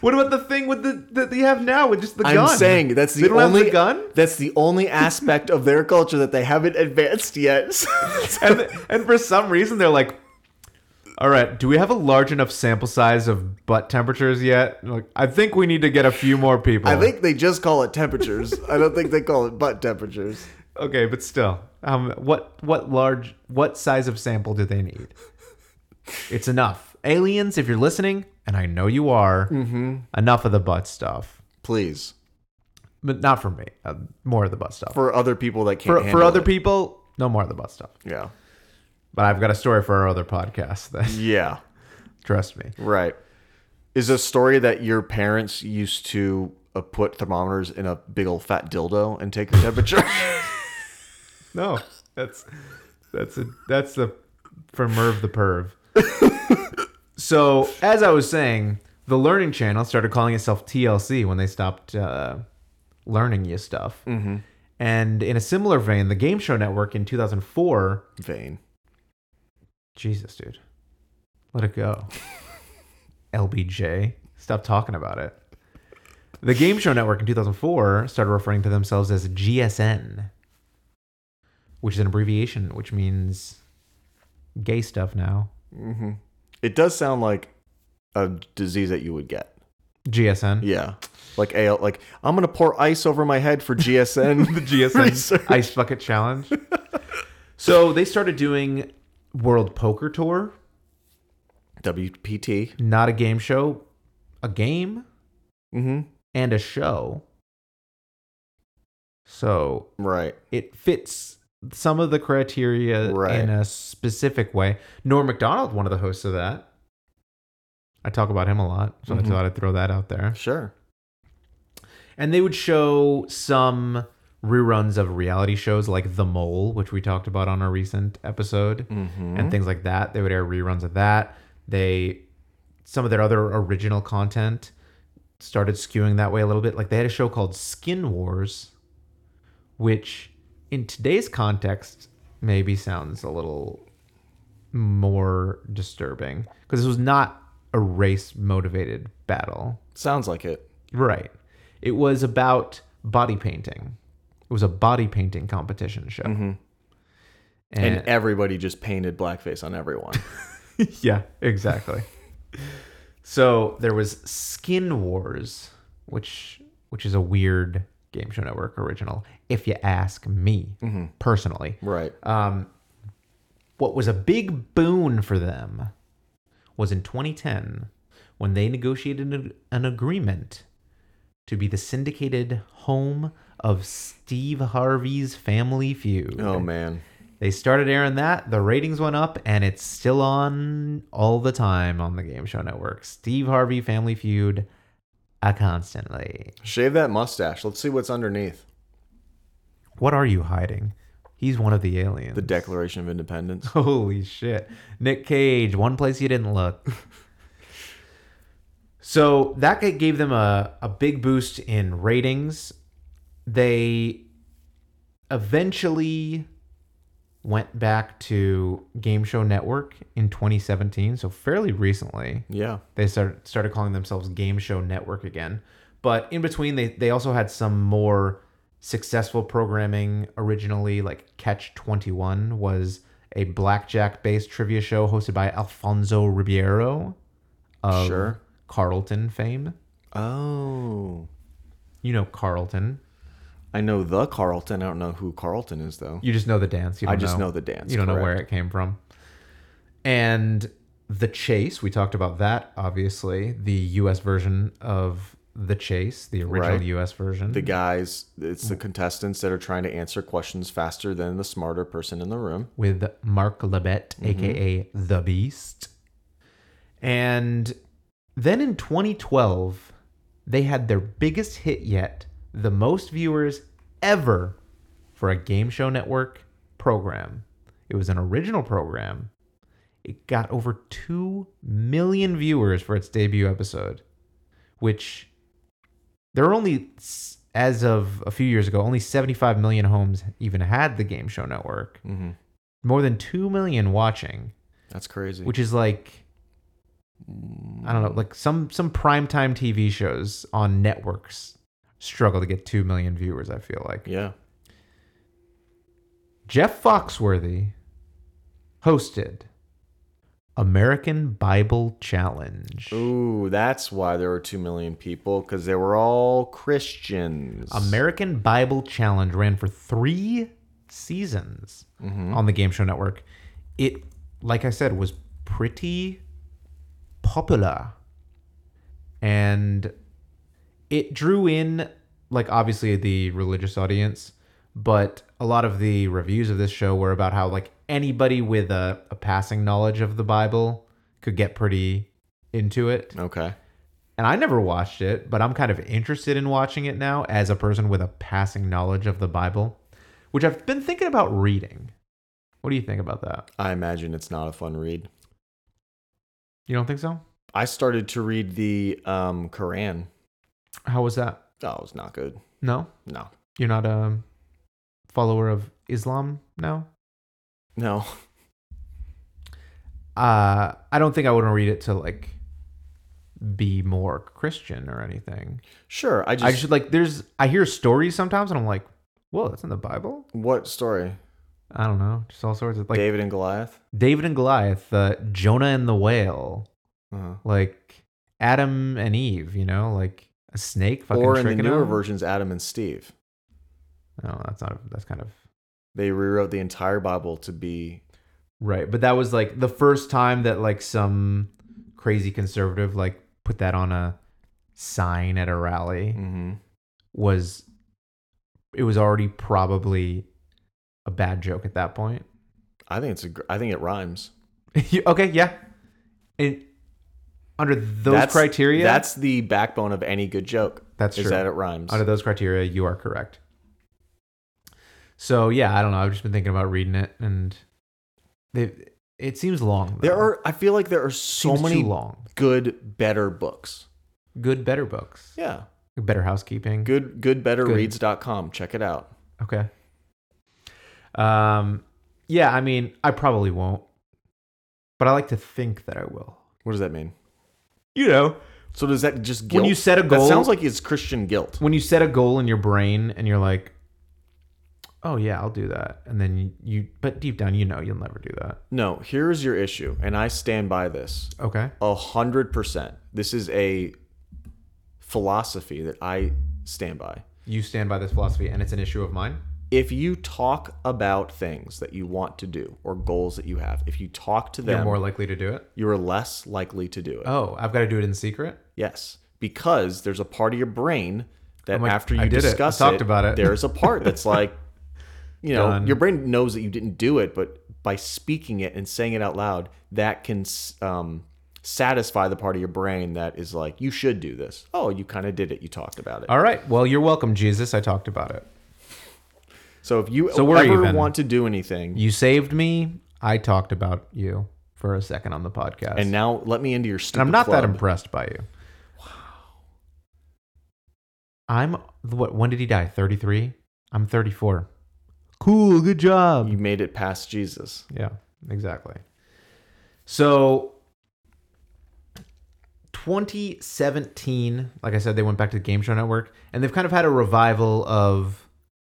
B: What about the thing with the that they have now with just the
D: I'm
B: gun?
D: saying that's the
B: they don't
D: only
B: have the gun.
D: That's the only aspect of their culture that they haven't advanced yet. So-
B: and and for some reason they're like, all right, do we have a large enough sample size of butt temperatures yet? And Like, I think we need to get a few more people.
D: I think they just call it temperatures. I don't think they call it butt temperatures.
B: okay, but still, um, what what large what size of sample do they need? It's enough, aliens. If you're listening, and I know you are,
D: Mm-hmm.
B: enough of the butt stuff,
D: Please,
B: but not for me. Uh, more of the butt stuff
D: for other people that can't.
B: for, for
D: handle
B: other
D: it.
B: people. No more of the butt stuff.
D: Yeah.
B: But I've got a story for our other podcast. That
D: Yeah.
B: trust me.
D: Right. Is a story that your parents used to uh, put thermometers in a big old fat dildo and take your temperature?
B: No, that's that's a that's the for Merv the perv. so as I was saying, the Learning Channel started calling itself TLC when they stopped uh, learning you stuff. Mm-hmm. And in a similar vein, the Game Show Network in 2004.
D: Vain.
B: Jesus, dude, let it go. LBJ, stop talking about it. The Game Show Network in 2004 started referring to themselves as GSN, which is an abbreviation which means gay stuff now.
D: hmm It does sound like a disease that you would get.
B: GSN.
D: Yeah. Like AL, like I'm gonna pour ice over my head for GSN.
B: the GSN
D: Research.
B: Ice Bucket Challenge. so they started doing World Poker Tour,
D: WPT.
B: not a game show, a game
D: hmm
B: and a show. So
D: Right.
B: it fits some of the criteria
D: Right.
B: in a specific way. Norm McDonald, one of the hosts of that. I talk about him a lot, so I
D: Mhm.
B: thought I'd throw that out there.
D: Sure.
B: And they would show some reruns of reality shows like The Mole, which we talked about on a recent episode,
D: Mm-hmm.
B: and things like that. They would air reruns of that. They some of their other original content started skewing that way a little bit. Like they had a show called Skin Wars, which in today's context maybe sounds a little more disturbing because this was not a race motivated battle.
D: Sounds like it.
B: Right. It was about body painting. It was a body painting competition show.
D: And
B: Mm-hmm. And,
D: everybody just painted blackface on everyone.
B: yeah, exactly. so there was Skin Wars, which which is a weird game show network original, if you ask me personally.
D: right.
B: What was a big boon for them was in 2010 when they negotiated an, an agreement to be the syndicated home of Steve Harvey's Family Feud.
D: oh man.
B: They started airing that, the ratings went up, and it's still on all the time on the Game Show Network. Steve Harvey Family Feud, uh, constantly.
D: Shave that mustache. Let's see what's underneath.
B: What are you hiding? He's one of the aliens.
D: The Declaration of Independence.
B: Holy shit. Nick Cage, one place you didn't look. so that g- gave them a, a big boost in ratings. They eventually went back to Game Show Network in 2017, so fairly recently
D: Yeah.
B: they started started calling themselves Game Show Network again. But in between, they they also had some more successful programming originally. Like Catch Twenty One was a blackjack based trivia show hosted by Alfonso Ribeiro of
D: Sure.
B: Carlton fame.
D: Oh.
B: You know Carlton.
D: I know the Carlton. I don't know who Carlton is though.
B: You just know the dance. You
D: I
B: don't
D: just know the dance,
B: You don't know where it came from. And the chase. We talked about that. Obviously, the U.S. version of the chase, the original
D: Right.
B: U.S. version.
D: The guys, it's
B: Mm.
D: the contestants that are trying to answer questions faster than the smarter person in the room.
B: with Mark Labette, aka The Beast. And then in 2012, they had their biggest hit yet, the most viewers ever for a game show network program. It was an original program. It got over 2 million viewers for its debut episode, which there are only, s- as of a few years ago, only 75 million homes even had the Game Show Network.
D: Mm-hmm.
B: More than 2 million watching,
D: That's crazy.
B: which is like, I don't know, like some, some primetime TV shows on networks struggle to get 2 million viewers, I feel like.
D: yeah.
B: Jeff Foxworthy hosted American Bible Challenge.
D: Ooh, that's why there were two million people because they were all Christians.
B: American Bible Challenge ran for three seasons on the Game Show Network. It, like I said, was pretty popular. And it drew in, like, obviously the religious audience, but a lot of the reviews of this show were about how, like, anybody with a, a passing knowledge of the Bible could get pretty into it
D: Okay.
B: and I never watched it, but I'm kind of interested in watching it now as a person with a passing knowledge of the Bible, which I've been thinking about reading. What do you think about that?
D: I imagine it's not a fun read.
B: You don't think so?
D: I started to read the um, Quran.
B: How was that?
D: Oh, it's not good.
B: No,
D: No.
B: you're not a follower of Islam now.
D: No.
B: Uh, I don't think I would read it to like be more Christian or anything.
D: Sure. I just,
B: I just like there's I hear stories sometimes and I'm like, whoa, that's in the Bible.
D: what story?
B: I don't know, just all sorts of like
D: David and Goliath.
B: David and Goliath, uh, Jonah and the whale,
D: Uh-huh.
B: like Adam and Eve, you know, like a snake fucking
D: Or in the
B: tricking
D: newer
B: them.
D: versions, Adam and Steve.
B: No, that's not. that's kind of
D: They rewrote the entire Bible to be
B: right, but that was like the first time that like some crazy conservative like put that on a sign at a rally
D: mm-hmm.
B: was. It was already probably a bad joke at that point.
D: I think it's a. gr- I think it rhymes.
B: okay, yeah. And under those
D: That's-
B: criteria,
D: That's the backbone of any good joke.
B: That's
D: is
B: true.
D: that it rhymes.
B: Under those criteria, you are correct. So yeah, I don't know. I've just been thinking about reading it, and they it seems long.
D: There
B: though.
D: are. I feel like there are so
B: Seems
D: many
B: too long.
D: good, better books.
B: Good, better books.
D: Yeah.
B: Better housekeeping.
D: Good. Goodbetterreads.com. Check it out.
B: Okay. Um. Yeah, I mean, I probably won't, but I like to think that I will.
D: What does that mean?
B: You know,
D: So does that just guilt?
B: When you set a
D: that
B: goal-
D: sounds like it's Christian guilt.
B: when you set a goal in your brain and you're like, "Oh yeah, I'll do that," and then you, you but deep down you know you'll never do that.
D: No, here's your issue, and I stand by this
B: Okay.
D: a hundred percent. This is a philosophy that I stand by.
B: You stand by this philosophy, and it's an issue of mine.
D: If you talk about things that you want to do or goals that you have, if you talk to them,
B: You're more likely to do it.
D: you are less likely to do it.
B: Oh, I've got to do it in secret.
D: Yes, because there's a part of your brain that
B: I'm like,
D: after
B: I
D: you
B: did it. I
D: discuss
B: talked about it.
D: there's a part that's like, you know,
B: Done.
D: your brain knows that you didn't do it, but by speaking it and saying it out loud, that can s- um, satisfy the part of your brain that is like, you should do this. Oh, you kind of did it. You talked about it.
B: All right. Well, you're welcome, Jesus. I talked about it.
D: So if you
B: So we're
D: ever
B: even.
D: want to do anything,
B: You saved me. I talked about you for a second on the podcast,
D: and now let me into your
B: And
D: stupid.
B: I'm not that
D: club.
B: impressed by you. Wow. I'm what? When did he die? 33. I'm 34. Cool. Good job.
D: You made it past Jesus.
B: Yeah, exactly. So 2017, like I said, they went back to the Game Show Network and they've kind of had a revival of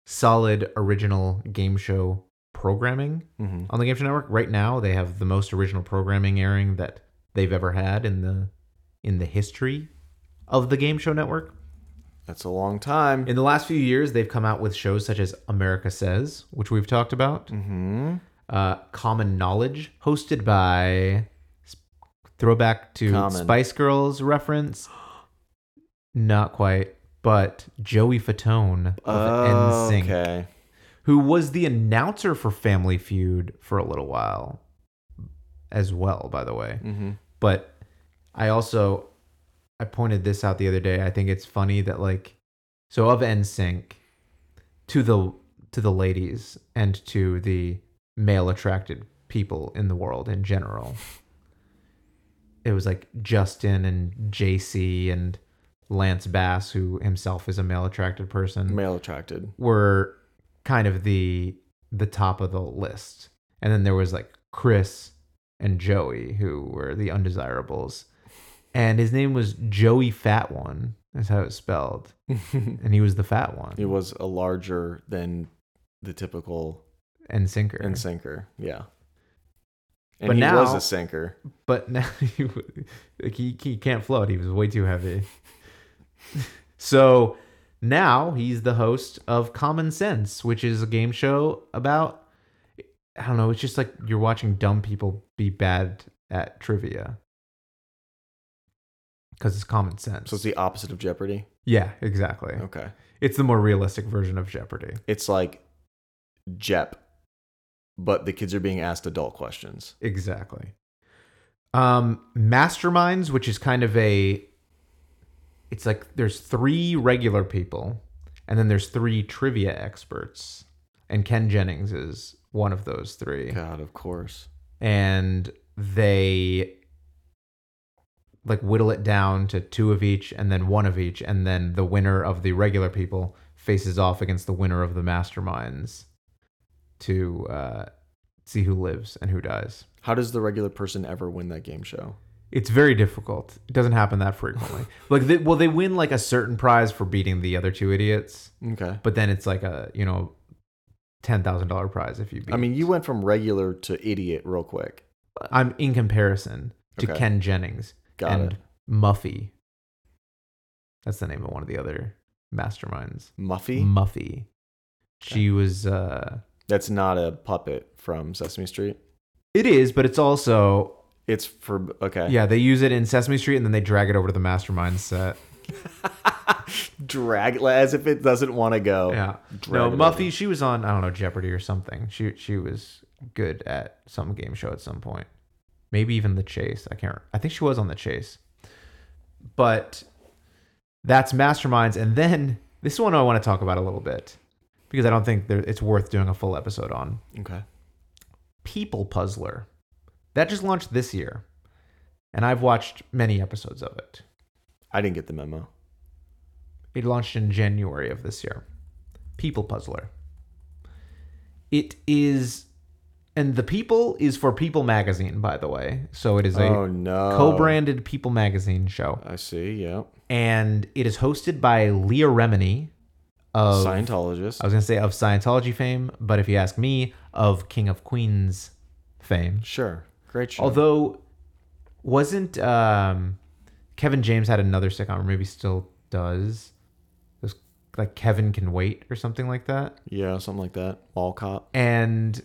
B: solid original game show programming
D: Mhm.
B: on the Game Show Network. Right now, they have the most original programming airing that they've ever had in the in the history of the Game Show Network.
D: That's a long time.
B: In the last few years, they've come out with shows such as America Says, which we've talked about
D: hmm
B: uh, Common Knowledge, hosted by throwback to
D: Common.
B: Spice Girls reference. Not quite, but Joey Fatone of NSYNC,
D: Oh, okay.
B: who was the announcer for Family Feud for a little while, as well, by the way.
D: Mm-hmm.
B: But I also I pointed this out the other day. I think it's funny that like so of NSYNC to the to the ladies and to the male attracted people in the world in general. It was like Justin and JC and Lance Bass, who himself is a male attracted person
D: Male attracted.
B: were kind of the the top of the list. And then there was like Chris and Joey who were the undesirables. And his name was Joey Fat One. That's how it's spelled. and he was the fat one.
D: It was a larger than the typical
B: and sinker.
D: and sinker. Yeah. And
B: But
D: he was
B: now-
D: a sinker.
B: but now he, w- like, he he can't float. He was way too heavy. so now he's the host of Common Sense, which is a game show about I don't know. It's just like you're watching dumb people be bad at trivia because it's common sense.
D: So it's the Oh. opposite of Jeopardy.
B: yeah, exactly.
D: Okay.
B: It's the more realistic version of Jeopardy.
D: It's like Jep, but the kids are being asked adult questions.
B: Exactly. Um, masterminds, which is kind of a, it's like there's three regular people, and then there's three trivia experts, and Ken Jennings is one of those three,
D: God, of course.
B: and they like whittle it down to two of each, and then one of each, and then the winner of the regular people faces off against the winner of the masterminds to uh, see who lives and who dies.
D: How does the regular person ever win that game show?
B: It's very difficult. It doesn't happen that frequently. like, they, well, they win like a certain prize for beating the other two idiots,
D: Okay.
B: but then it's like a you know, ten thousand dollar prize if you beat.
D: I mean, you went from regular to idiot real quick.
B: I'm in comparison to
D: Okay.
B: Ken Jennings
D: Got
B: and
D: it.
B: Muffy. That's the name of one of the other masterminds.
D: Muffy?
B: Mm. Muffy. She was. uh
D: That's not a puppet from Sesame Street.
B: It is, but it's also
D: It's for okay.
B: yeah. They use it in Sesame Street, and then they drag it over to the mastermind set.
D: Drag as if it doesn't want to go.
B: Yeah.
D: Drag
B: no,
D: it
B: Muffy, she was on, I don't know, Jeopardy or something. She she was good at some game show at some point. Maybe even The Chase. I can't I think she was on The Chase. But that's Masterminds and then this one I want to talk about a little bit because I don't think there, it's worth doing a full episode on.
D: Okay.
B: People Puzzler. That just launched this year. And I've watched many episodes of it.
D: I didn't get the memo.
B: It launched in January of this year. People Puzzler. It is, and the People is for People Magazine, by the way. So it is a
D: oh no.
B: co-branded People Magazine show,
D: I see. Yeah.
B: and it is hosted by Leah Remini of
D: Scientologist.
B: I was gonna say of Scientology fame, but if you ask me, of King of Queens fame.
D: sure. Great show.
B: Although, wasn't um, Kevin James had another sitcom, or maybe still does? It was like Kevin Can Wait or something like that.
D: yeah, something like that. Walcott.
B: And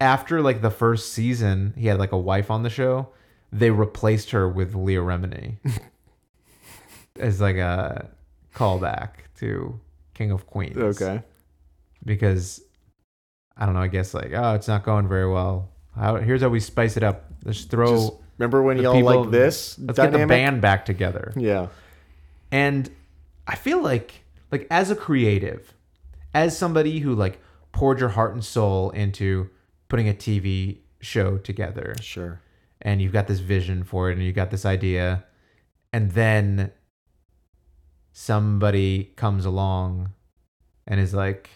B: after like the first season, he had like a wife on the show. They replaced her with Leah Remini as like a callback to King of Queens.
D: Okay.
B: Because I don't know. I guess like oh, it's not going very well. How, here's how we spice it up. Let's throw.
D: Just remember when
B: the
D: y'all
B: people-
D: like this
B: Let's get the
D: dynamic?
B: band back together.
D: Yeah.
B: And I feel like like as a creative, as somebody who like poured your heart and soul into putting a TV show together
D: Sure.
B: and you've got this vision for it and you got this idea and then somebody comes along and is like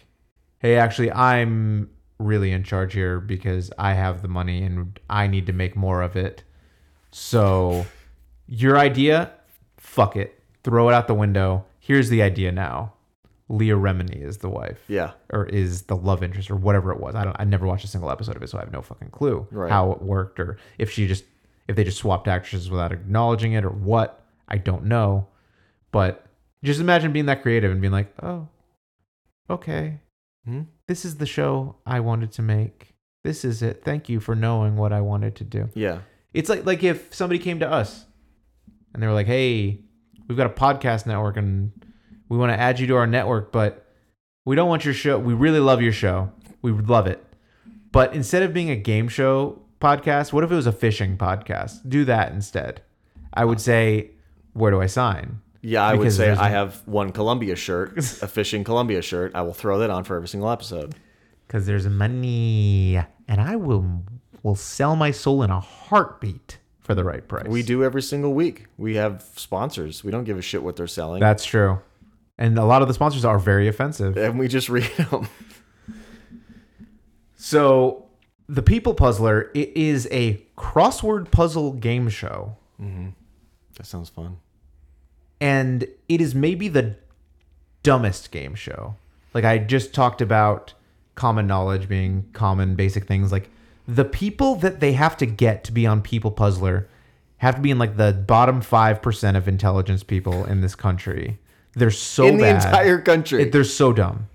B: hey actually i'm really in charge here because i have the money and i need to make more of it so your idea fuck it throw it out the window here's the idea now leah remini is the wife
D: Yeah.
B: or is the love interest or whatever it was. I don't I never watched a single episode of it, so I have no fucking clue
D: Right.
B: how it worked or if she just if they just swapped actresses without acknowledging it or what. I don't know. But just imagine being that creative and being like, "Oh, okay.
D: Hmm?
B: This is the show I wanted to make. This is it. Thank you for knowing what I wanted to do."
D: Yeah.
B: It's like like if somebody came to us and they were like, "Hey, we've got a podcast network and we want to add you to our network, but we don't want your show. We really love your show. We would love it. But instead of being a game show podcast, what if it was a fishing podcast? Do that instead." I would say, "Where do I sign?"
D: Yeah, I would
B: Because
D: say
B: there's-
D: I have one Columbia shirt, a fishing Columbia shirt. I will throw that on for every single episode.
B: Cuz there's money and I will will sell my soul in a heartbeat for the right price.
D: We do every single week. We have sponsors. We don't give a shit what they're selling.
B: That's true. And a lot of the sponsors are very offensive.
D: and we just read them.
B: So, The People Puzzler it is a crossword puzzle game show,
D: That sounds fun.
B: and it is maybe the dumbest game show. Like I just talked about common knowledge being common basic things like the people that they have to get to be on People Puzzler have to be in like the bottom 5% of intelligence people in this country. They're so
D: In the
B: bad.
D: entire country.
B: It- they're so dumb.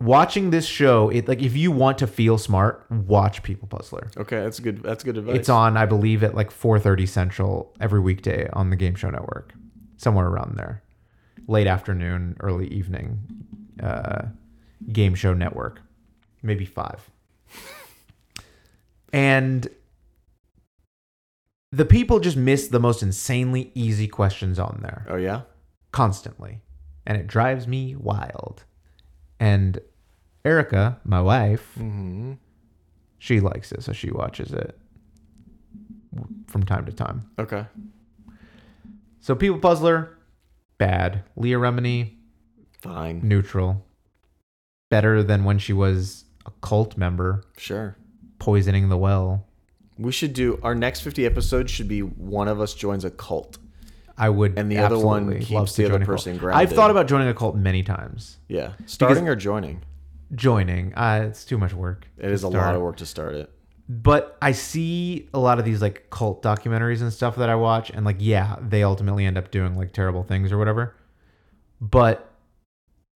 B: Watching this show, it like if you want to feel smart, watch People Puzzler.
D: Okay, that's good. That's good advice.
B: It's on, I believe, at like 4:30 Central every weekday on the Game Show Network, somewhere around there, late afternoon, early evening, uh, Game Show Network, maybe five. and the people just miss the most insanely easy questions on there
D: Oh yeah.
B: constantly, and it drives me wild. And Erica, my wife,
D: Mm-hmm.
B: she likes it, so she watches it from time to time.
D: Okay.
B: So People Puzzler, bad. Leah Remini, Mm.
D: Fine.
B: neutral. Better than when she was a cult member
D: Sure.
B: poisoning the well.
D: We should do our next fifty episodes. Should be one of us joins a cult.
B: I would
D: And the other one
B: absolutely
D: keeps
B: love to
D: the other
B: join a cult.
D: person
B: I've
D: grounded.
B: thought about joining a cult many times.
D: Yeah. Starting or joining.
B: Joining, uh, it's too much work.
D: It is a lot
B: Start.
D: of work to start it.
B: but I see a lot of these like cult documentaries and stuff that I watch, and like, yeah, they ultimately end up doing like terrible things or whatever. But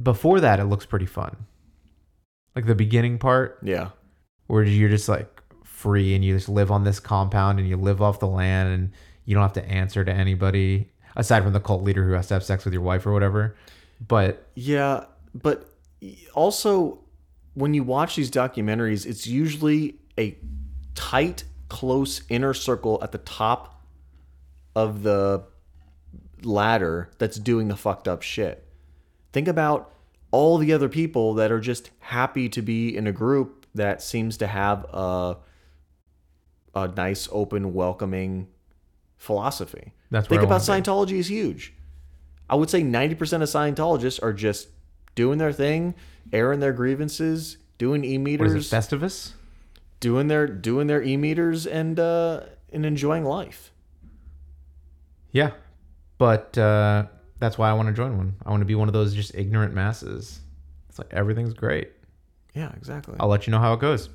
B: before that, it looks pretty fun. Like the beginning part
D: Yeah.
B: where you're just like free and you just live on this compound and you live off the land and you don't have to answer to anybody aside from the cult leader who has to have sex with your wife or whatever. But
D: Yeah, but e, also when you watch these documentaries, it's usually a tight, close inner circle at the top of the ladder that's doing the fucked up shit. Think about all the other people that are just happy to be in a group that seems to have a a nice, open, welcoming philosophy.
B: That's where I
D: think about
B: wanna
D: Scientology is huge. I would say 90% of Scientologists are just doing their thing, airing their grievances, doing e
B: what is it,
D: meters,
B: Festivus?
D: doing their doing their e meters, and uh, and enjoying life.
B: Yeah. But uh, that's why I want to join one. I want to be one of those just ignorant masses. It's like everything's great.
D: Yeah, exactly.
B: I'll let you know how it goes.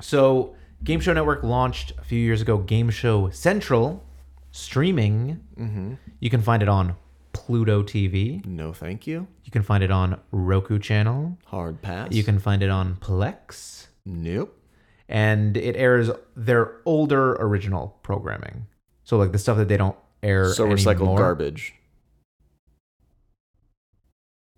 B: So, Game Show Network launched a few years ago Game Show Central streaming.
D: Mm-hmm.
B: You can find it on Pluto TV.
D: no, thank you.
B: You can find it on Roku Channel.
D: Hard pass.
B: You can find it on Plex.
D: Nope.
B: And it airs their older original programming. So, like the stuff that they don't air.
D: So recycled
B: anymore.
D: garbage.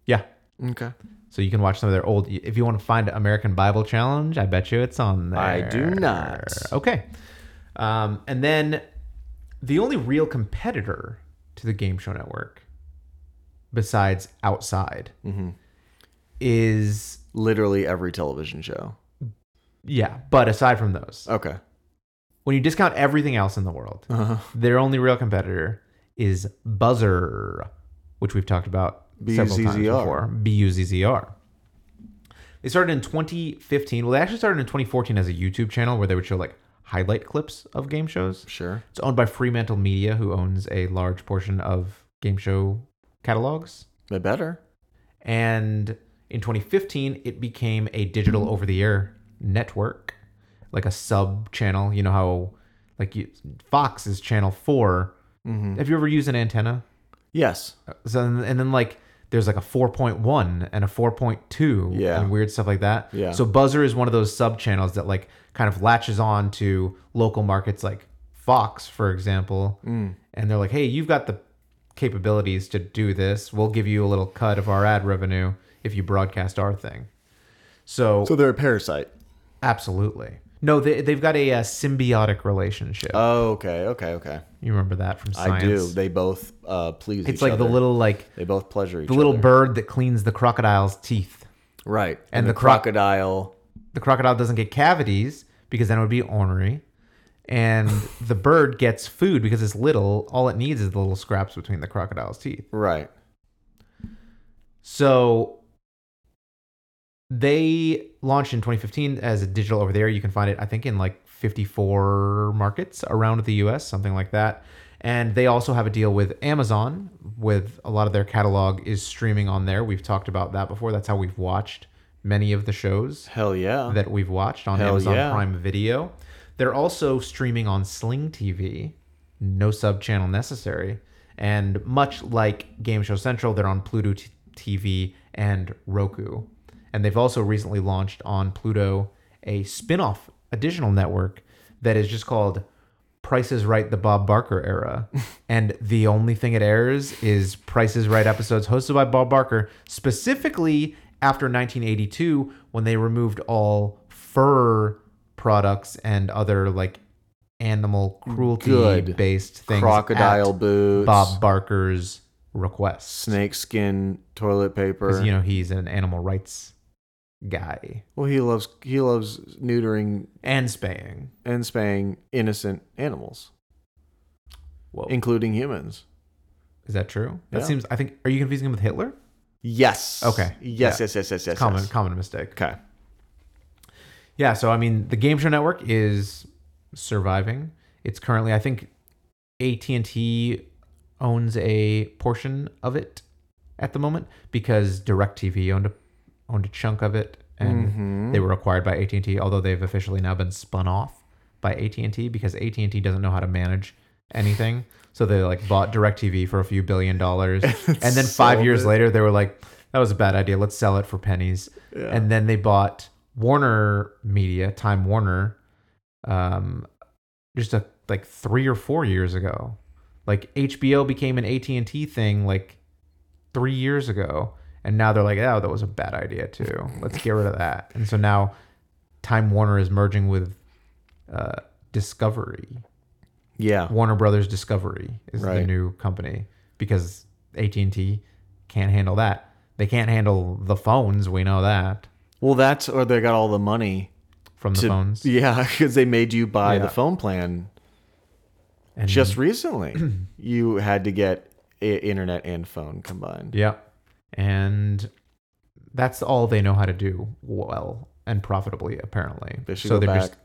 B: Yeah.
D: Okay.
B: So you can watch some of their old. If you want to find American Bible Challenge, I bet you it's on there.
D: I do not.
B: Okay. Um, and then the only real competitor to the Game Show Network, besides Outside,
D: Mm-hmm.
B: is
D: Literally every television show.
B: yeah. But aside from those,
D: Okay.
B: when you discount everything else in the world, their only real competitor is Buzzer, which we've talked about several times
D: B-U-Z-Z-R.
B: before. B-U-Z-Z-R. They started in 2015. Well, they actually started in 2014 as a YouTube channel where they would show like highlight clips of game shows.
D: Sure.
B: It's owned by Fremantle Media, who owns a large portion of game show catalogs.
D: They better.
B: And in 2015, it became a digital over the air network, like a sub channel. You know how, like, you, Fox is channel 4 Have you ever used an antenna?
D: Yes.
B: So, and then, like, there's like a 4.1 and a 4.2
D: Yeah.
B: and weird stuff like that.
D: Yeah.
B: So, Buzzer is one of those sub channels that, like, kind of latches on to local markets like Fox, for example.
D: Mm.
B: And they're like, hey, you've got the capabilities to do this. We'll give you a little cut of our ad revenue if you broadcast our thing. So,
D: So they're a parasite.
B: absolutely. No, they, they've got a, uh symbiotic relationship.
D: Oh, okay. Okay. Okay.
B: you remember that from
D: I
B: science?
D: do. They both uh, please
B: It's
D: each
B: like the
D: other.
B: little, like,
D: They both pleasure each
B: the little
D: other.
B: bird that cleans the crocodile's teeth.
D: Right. And,
B: And
D: the,
B: the croc-
D: crocodile.
B: The crocodile doesn't get cavities because then it would be ornery. And the bird gets food because it's little. All it needs is the little scraps between the crocodile's teeth.
D: Right.
B: So they launched in 2015 as a digital over there. You can find it, I think, in like 54 markets around the US, something like that. And they also have a deal with Amazon, with a lot of their catalog is streaming on there. We've talked about that before. That's how we've watched many of the shows
D: Hell yeah.
B: that we've watched on
D: Hell
B: Amazon
D: yeah.
B: Prime Video. They're also streaming on Sling TV, no sub channel necessary. And much like Game Show Central, they're on Pluto t- TV and Roku. And they've also recently launched on Pluto a spin off additional network that is just called Price is Right, the Bob Barker era. and the only thing it airs is Price is Right episodes hosted by Bob Barker, specifically after 1982 when they removed all fur products and other like animal cruelty
D: Good.
B: based things.
D: Crocodile
B: at
D: boots.
B: Bob Barker's request.
D: Snakeskin toilet paper.
B: Because, you know, he's an animal rights guy
D: well, he loves he loves neutering
B: and spaying.
D: and spaying innocent animals,
B: Whoa.
D: including humans.
B: Is that true? That
D: Yeah.
B: seems, I think, are you confusing him with Hitler?
D: Yes.
B: Okay.
D: Yes.
B: Yeah.
D: Yes. Yes. Yes. Yes.
B: common,
D: yes.
B: common mistake.
D: Okay.
B: Yeah, so I mean, the Game Show Network is surviving. It's currently, I think, AT and T owns a portion of it at the moment because Directv owned a owned a chunk of it, and they were acquired by AT and T. Although they've officially now been spun off by AT and T because AT and T doesn't know how to manage anything, so they like bought Directv for a few billion dollars, and then five
D: sold
B: years
D: it.
B: later later they were like that was a bad idea let's sell it for pennies and then they bought warner media time warner um just a, like three or four years ago like hbo became an at&t thing like three years ago and now they're like oh that was a bad idea too let's get rid of that and so now time warner is merging with uh discovery
D: Yeah.
B: Warner Brothers Discovery is the
D: Right.
B: new company because AT and T can't handle that. They can't handle the phones. We know that
D: Well, that's or they got all the money
B: from the
D: to
B: phones.
D: yeah because they made you buy
B: Yeah.
D: the phone plan
B: And-
D: just recently. you had to get I- internet and phone combined.
B: yeah, and that's all they know how to do well and profitably. Apparently,
D: They should
B: so
D: go
B: they're
D: back.
B: just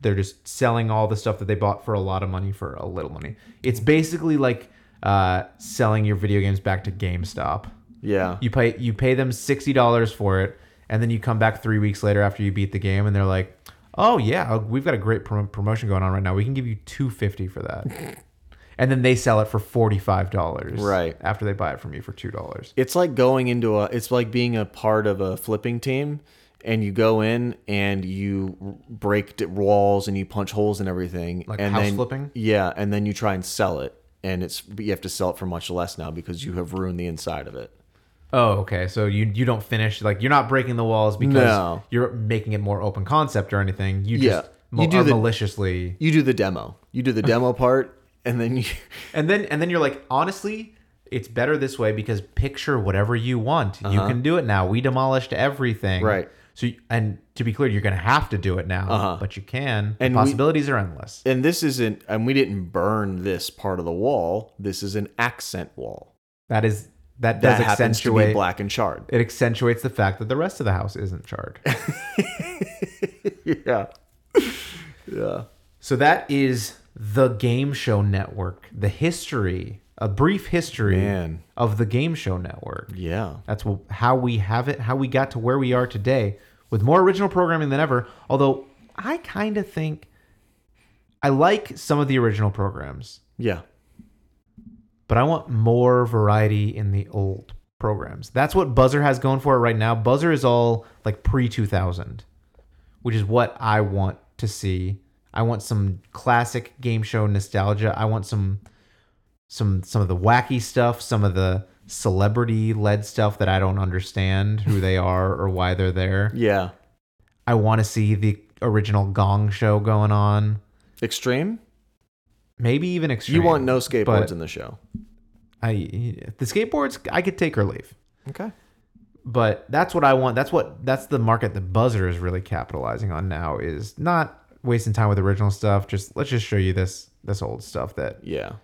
B: they're just selling all the stuff that they bought for a lot of money for a little money. It's basically like uh, selling your video games back to GameStop.
D: yeah.
B: You pay you pay them sixty dollars for it, and then you come back three weeks later after you beat the game, and they're like, "Oh yeah, we've got a great prom- promotion going on right now. We can give you two fifty for that." and then they sell it for forty five dollars,
D: Right.
B: After they buy it from you for two dollars.
D: it's like going into a it's like being a part of a flipping team and you go in and you r- break d- walls and you punch holes and everything
B: Like
D: and
B: house
D: then,
B: flipping?
D: yeah and then you try and sell it and it's you have to sell it for much less now because you have ruined the inside of it
B: Oh, okay. So you you don't finish like you're not breaking the walls because
D: No.
B: you're making it more open concept or anything. You
D: Yeah.
B: just mo-
D: You do
B: are
D: the-
B: maliciously,
D: you do the demo you do the demo part and then you
B: and then and then you're like, honestly. It's better this way because picture whatever you want. You can do it now. We demolished everything.
D: Uh-huh. Right. Uh-huh.
B: So, you- and to be clear, you're going to have to do it now, but you can. The
D: And we-
B: possibilities are endless.
D: and this isn't and we didn't burn this part of the wall this is an accent wall
B: That is that does
D: that happens to be
B: accentuate.
D: black and charred
B: It accentuates the fact that the rest of the house isn't charred.
D: yeah yeah
B: So that is the Game Show Network, the history, a brief history
D: Man.
B: of the Game Show Network.
D: yeah
B: That's wh- how we have it, how we got to where we are today with more original programming than ever. Although I kind of think I like some of the original programs,
D: yeah
B: but I want more variety in the old programs. That's what Buzzer has going for it right now. Buzzer is all like pre 2000, which is what I want to see. I want some classic game show nostalgia. I want some some some of the wacky stuff, some of the celebrity led stuff that I don't understand who they are or why they're there.
D: yeah
B: I want to see the original Gong show going on.
D: extreme
B: Maybe even extreme.
D: You want no skateboards
B: but-
D: in the show.
B: I the skateboards I could take or leave.
D: Okay.
B: but that's what I want. That's what that's the market that Buzzer is really capitalizing on now is not wasting time with original stuff. Just let's just show you this this old stuff that
D: Yeah.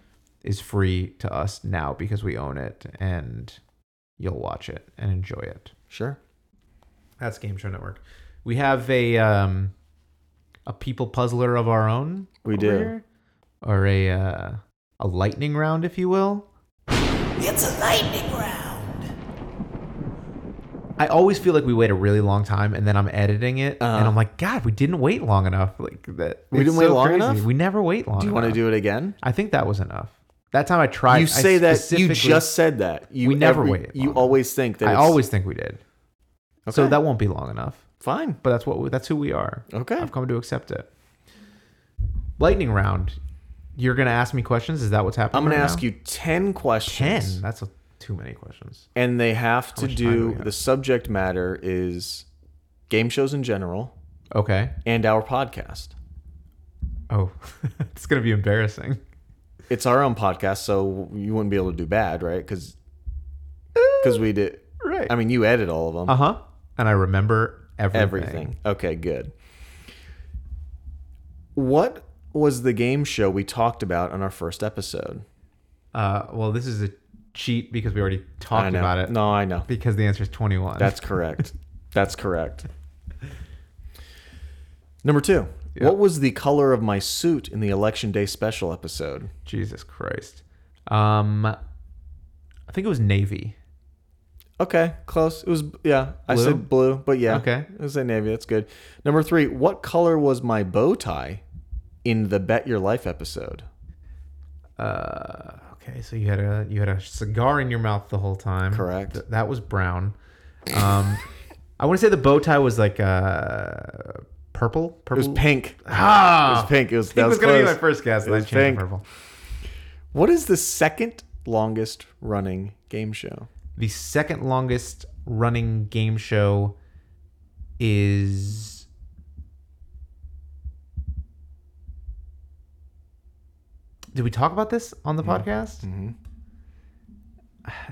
B: is free to us now because we own it and you'll watch it and enjoy it.
D: Sure.
B: That's Game Show Network. We have a um a people puzzler of our own.
D: We
B: over
D: do.
B: here, or a uh, a lightning round, if you will.
F: It's a lightning round.
B: I always feel like we wait a really long time, and then I'm editing it, and I'm like, God, we didn't wait long enough. Like that,
D: Uh-huh. We
B: it's
D: didn't wait long
B: crazy.
D: enough?
B: We never wait long.
D: Do you want to
B: enough.
D: do it again?
B: I think that was enough. That time I tried. I
D: you say that you
B: specifically-
D: just said that. You
B: We never
D: every-
B: wait
D: You
B: long
D: always think that
B: I
D: it's-
B: always think we did. So
D: Okay.
B: that won't be long enough.
D: fine.
B: But that's what we, that's who we are.
D: Okay.
B: I've come to accept it. Lightning round. You're gonna ask me questions. Is that what's happening?
D: I'm going
B: right
D: to ask
B: now?
D: you 10
B: ten.
D: questions.
B: That's a, too many questions.
D: And they have to
B: much time do we
D: do
B: have?
D: the subject matter is game shows in general
B: Okay.
D: and our podcast.
B: Oh, it's gonna be embarrassing.
D: It's our own podcast, so you wouldn't be able to do bad, right? Cuz we did
B: Right.
D: I mean, you edit all of them.
B: Uh huh. And I remember everything.
D: Everything. Okay, good. What was the game show we talked about on our first episode?
B: Uh, well, this is a cheat because we already talked
D: know.
B: about it.
D: No, I know.
B: Because the answer is 21.
D: That's correct. That's correct. Number two. What was the color of my suit in the election day special episode?
B: Jesus Christ. Um, I think it was navy.
D: Okay, close. It was yeah. I
B: Blue?
D: said blue, but yeah.
B: Okay.
D: I was saying navy. That's good. Number three. What color was my bow tie in the Bet Your Life episode?
B: Uh, okay, so you had a you had a cigar in your mouth the whole time.
D: Correct.
B: Th- that was brown. Um, I want to say the bow tie was like uh, purple. Purple.
D: It was pink.
B: Ah,
D: It was pink. It was, that
B: Pink was, gonna be
D: close.
B: my first guess.
D: It
B: and I
D: was
B: changed to
D: pink.
B: purple.
D: What is the second longest running game show?
B: The second longest running game show is Did we talk about this on the
D: Mm.
B: podcast? Mm-hmm.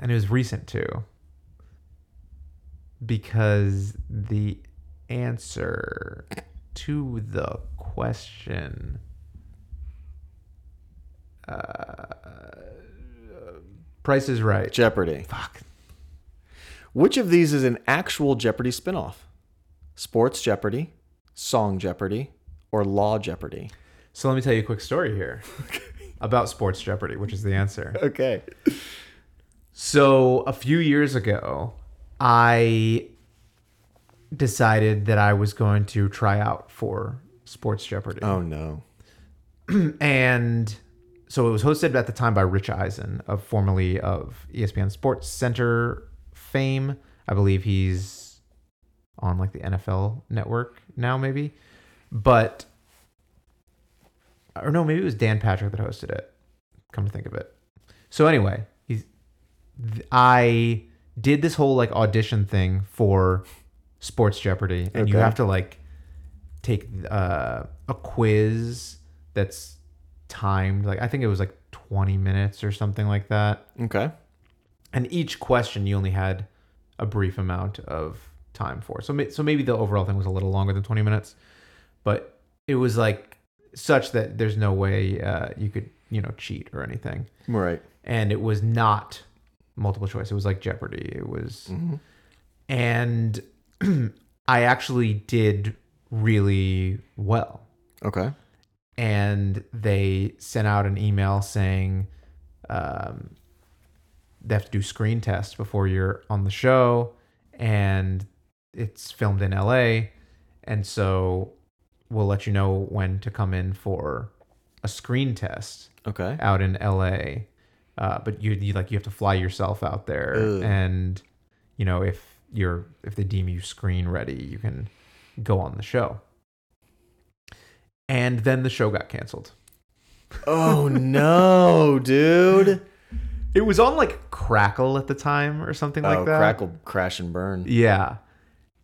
B: And it was recent too. Because the answer to the question uh, Price is right.
D: Jeopardy.
B: Fuck.
D: Which of these is an actual Jeopardy spinoff? Sports Jeopardy, Song Jeopardy, or Law Jeopardy?
B: So let me tell you a quick story here about Sports Jeopardy, which is the answer.
D: Okay.
B: So a few years ago, I decided that I was going to try out for Sports Jeopardy.
D: Oh no.
B: And so it was hosted at the time by Rich Eisen, of formerly of E ESPN Sports Center fame. I believe he's on like the NFL network now, maybe. But or no, maybe it was Dan Patrick that hosted it. Come to think of it. So anyway, he's, th- I did this whole like audition thing for Sports Jeopardy, and you
D: Okay.
B: have to like take uh, a quiz that's timed. Like I think it was like twenty minutes or something like that
D: Okay.
B: and each question you only had a brief amount of time for. So ma- so maybe the overall thing was a little longer than 20 minutes, but it was like such that there's no way uh, you could you know cheat or anything.
D: Right.
B: And it was not multiple choice. It was like Jeopardy. It was, and I actually did really well
D: Okay.
B: and they sent out an email saying um, they have to do screen tests before you're on the show, and it's filmed in LA, and so we'll let you know when to come in for a screen test
D: Okay.
B: out in LA. Uh, but you, you like you have to fly yourself out there, and you know if you're if they deem you screen ready, you can go on the show. And then the show got canceled.
D: Oh no, dude.
B: It was on like Crackle at the time or something like
D: oh,
B: that.
D: crackle, crash, and burn.
B: Yeah.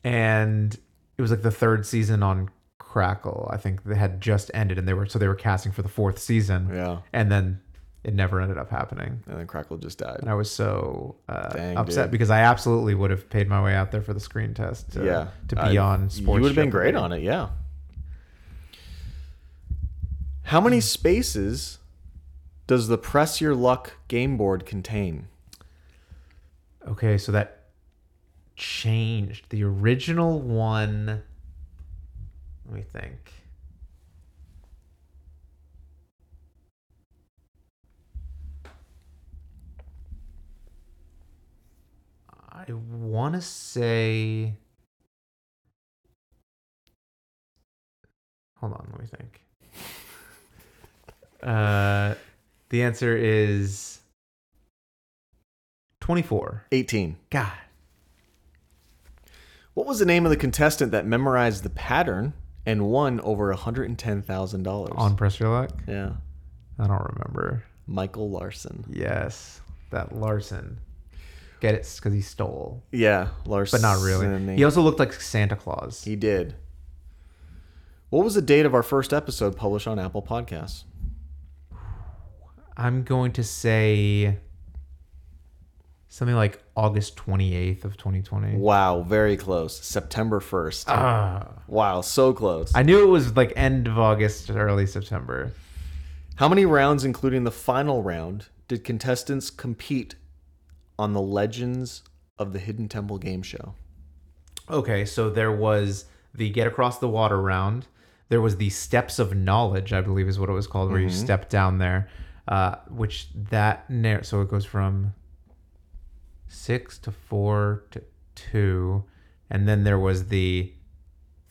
B: And it was like the third season on Crackle. I think they had just ended and they were so they were casting for the fourth season.
D: Yeah.
B: And then It never ended up happening.
D: And then Crackle just died.
B: And I was so uh,
D: Dang,
B: upset
D: dude.
B: because I absolutely would have paid my way out there for the screen test to,
D: yeah.
B: to be
D: I-
B: on sports.
D: You would have been great on it, yeah. How many
B: Hmm.
D: spaces does the press your luck game board contain?
B: Okay, so that changed. The original one. Let me think. I want to say. Hold on, let me think. Uh, the answer is 24.
D: 18.
B: God.
D: What was the name of the contestant that memorized the pattern and won over $110,000?
B: On Press Your Luck?
D: Yeah.
B: I don't remember.
D: Michael Larson.
B: Yes. That Larson. Get it? Because he stole.
D: Yeah, Larson.
B: But not really. He also looked like Santa Claus.
D: He did. What was the date of our first episode published on Apple Podcasts?
B: I'm going to say something like August 28th of 2020.
D: Wow, very close. September 1st.
B: Ah.
D: wow, so close.
B: I knew it was like end of August, early September.
D: How many rounds, including the final round, did contestants compete on the Legends of the Hidden Temple game show?
B: Okay, so there was the get across the water round. There was the steps of knowledge, I believe, is what it was called, where you step down there, uh, which that narr- so it goes from six to four to two, and then there was the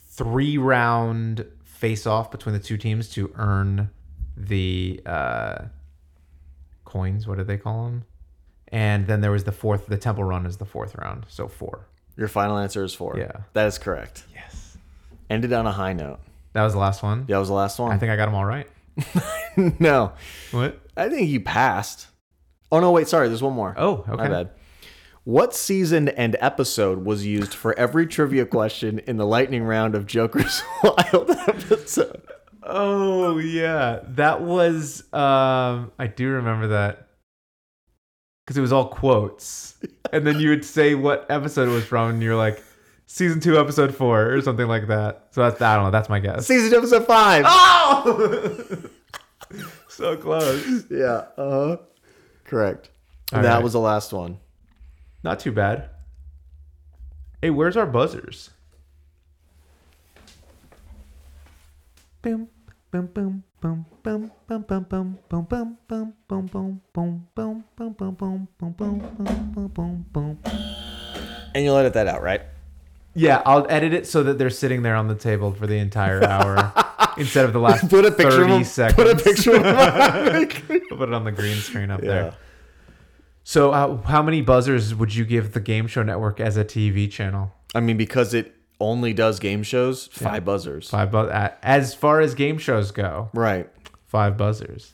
B: three round face off between the two teams to earn the uh, coins. What do they call them? And then there was the fourth. The temple run is the fourth round, so four.
D: Your final answer is four.
B: Yeah.
D: That is correct.
B: Yes.
D: Ended on a high note.
B: That was the last one.
D: That was the last one.
B: I think I got them all right.
D: no,
B: What?
D: I think you passed. Oh, no, wait, sorry. There's one more.
B: Oh, okay.
D: My bad. What season and episode was used for every trivia question in the lightning round of Joker's Wild episode?
B: Oh yeah, that was. Um, I do remember that because it was all quotes, and then you would say what episode it was from, and you're like, season two, episode four, or something like that. So that's I don't know. That's my guess.
D: Season episode five.
B: Ah! oh, so close.
D: Yeah. Uh-huh. Correct.
B: All
D: that
B: right.
D: was the last one.
B: Not too bad. Hey, where's our buzzers? Boom, boom, boom, boom, boom, boom, boom, boom, boom, boom, boom, boom, boom, boom, boom, boom, boom, boom, boom, boom, boom, boom, boom, boom.
D: And you'll edit that out, right?
B: Yeah, I'll edit it so that they're sitting there on the table for the entire hour instead of the last
D: Put a picture of
B: 30
D: him.
B: seconds.
D: Put a picture of him.
B: I'll put it on the green screen up
D: Yeah.
B: there. So, uh, how many buzzers would you give the Game Show Network as a TV channel?
D: I mean, because it only does game shows, five buzzers.
B: Five bu- a- as far as game shows go,
D: Right.
B: five buzzers.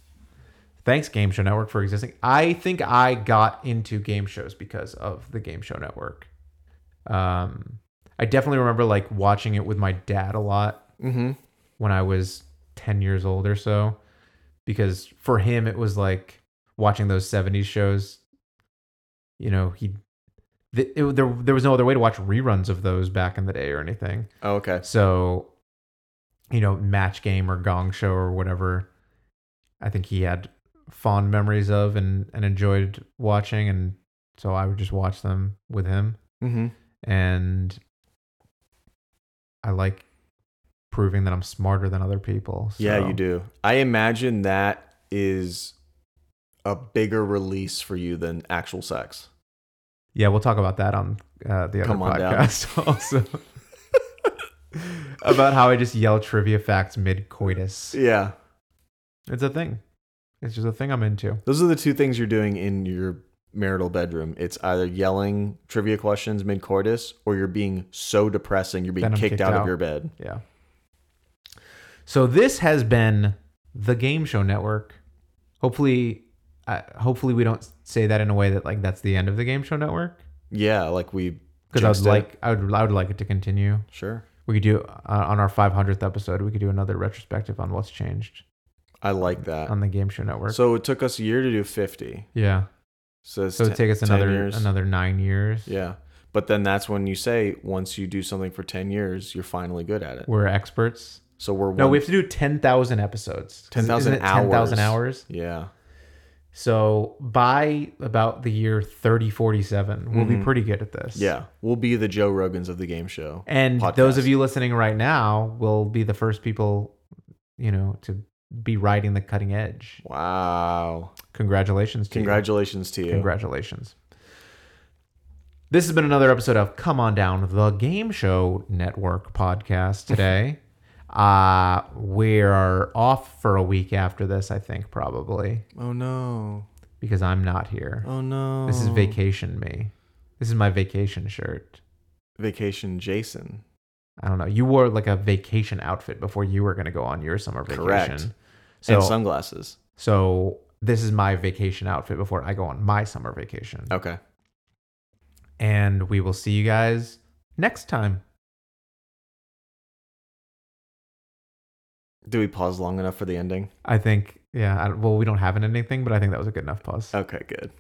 B: Thanks, Game Show Network, for existing. I think I got into game shows because of the Game Show Network. Um, I definitely remember like watching it with my dad a lot
D: Mm-hmm.
B: when I was ten years old or so, because for him it was like watching those '70s shows. You know, he th- it, there there was no other way to watch reruns of those back in the day or anything.
D: Oh, okay.
B: So, you know, match game or gong show or whatever, I think he had fond memories of and, and enjoyed watching. And so I would just watch them with him.
D: Mm-hmm.
B: And I like proving that I'm smarter than other people.
D: Yeah,
B: so-
D: you do. I imagine that is a bigger release for you than actual sex.
B: Yeah, we'll talk about that on uh, the other
D: Come on down.
B: podcast also. about how I just yell trivia facts mid coitus.
D: Yeah.
B: It's a thing. It's just a thing I'm into.
D: Those are the two things you're doing in your marital bedroom. It's either yelling trivia questions mid coitus or you're being so depressing you're being
B: Then I'm
D: kicked,
B: kicked
D: out,
B: out.
D: of your bed.
B: Yeah. So this has been the Game Show Network. Hopefully, uh, hopefully we don't say that in a way that like that's the end of the Game Show Network
D: Yeah, like we
B: because I would
D: jinxed it.
B: like I would I would like it to continue.
D: sure.
B: We could do uh, on our 500th episode. We could do another retrospective on what's changed.
D: I like that.
B: on the Game Show Network.
D: So it took us a year to do 50.
B: yeah,
D: So, it's
B: so
D: te-
B: it'd take us
D: 10
B: another
D: years.
B: another nine years.
D: Yeah. But then that's when you say once you do something for 10 years, you're finally good at it.
B: We're experts.
D: So we're
B: No,
D: one-
B: we have to do ten thousand episodes.
D: 10,000
B: Ten thousand
D: hours.
B: hours.
D: Yeah.
B: So by about the year thirty forty seven, we'll be pretty good at this.
D: Mm-hmm. Yeah. We'll be the Joe Rogans of the game show.
B: And
D: podcast.
B: those of you listening right now will be the first people, you know, to be riding the cutting edge.
D: Wow.
B: Congratulations to you.
D: Congratulations to you.
B: Congratulations. This has been another episode of Come On Down, the Game Show Network podcast today. uh, we're off for a week after this, I think, probably,
D: Oh no.
B: because I'm not here.
D: Oh no.
B: This is vacation me. This is my vacation shirt.
D: vacation Jason.
B: I don't know. You wore like a vacation outfit before you were going to go on your summer vacation.
D: Correct.
B: So,
D: and sunglasses.
B: so this is my vacation outfit before I go on my summer vacation.
D: Okay.
B: And we will see you guys next time.
D: Do we pause long enough for the ending?
B: I think, yeah. I, well, we don't have an ending, but I think that was a good enough pause.
D: Okay, good.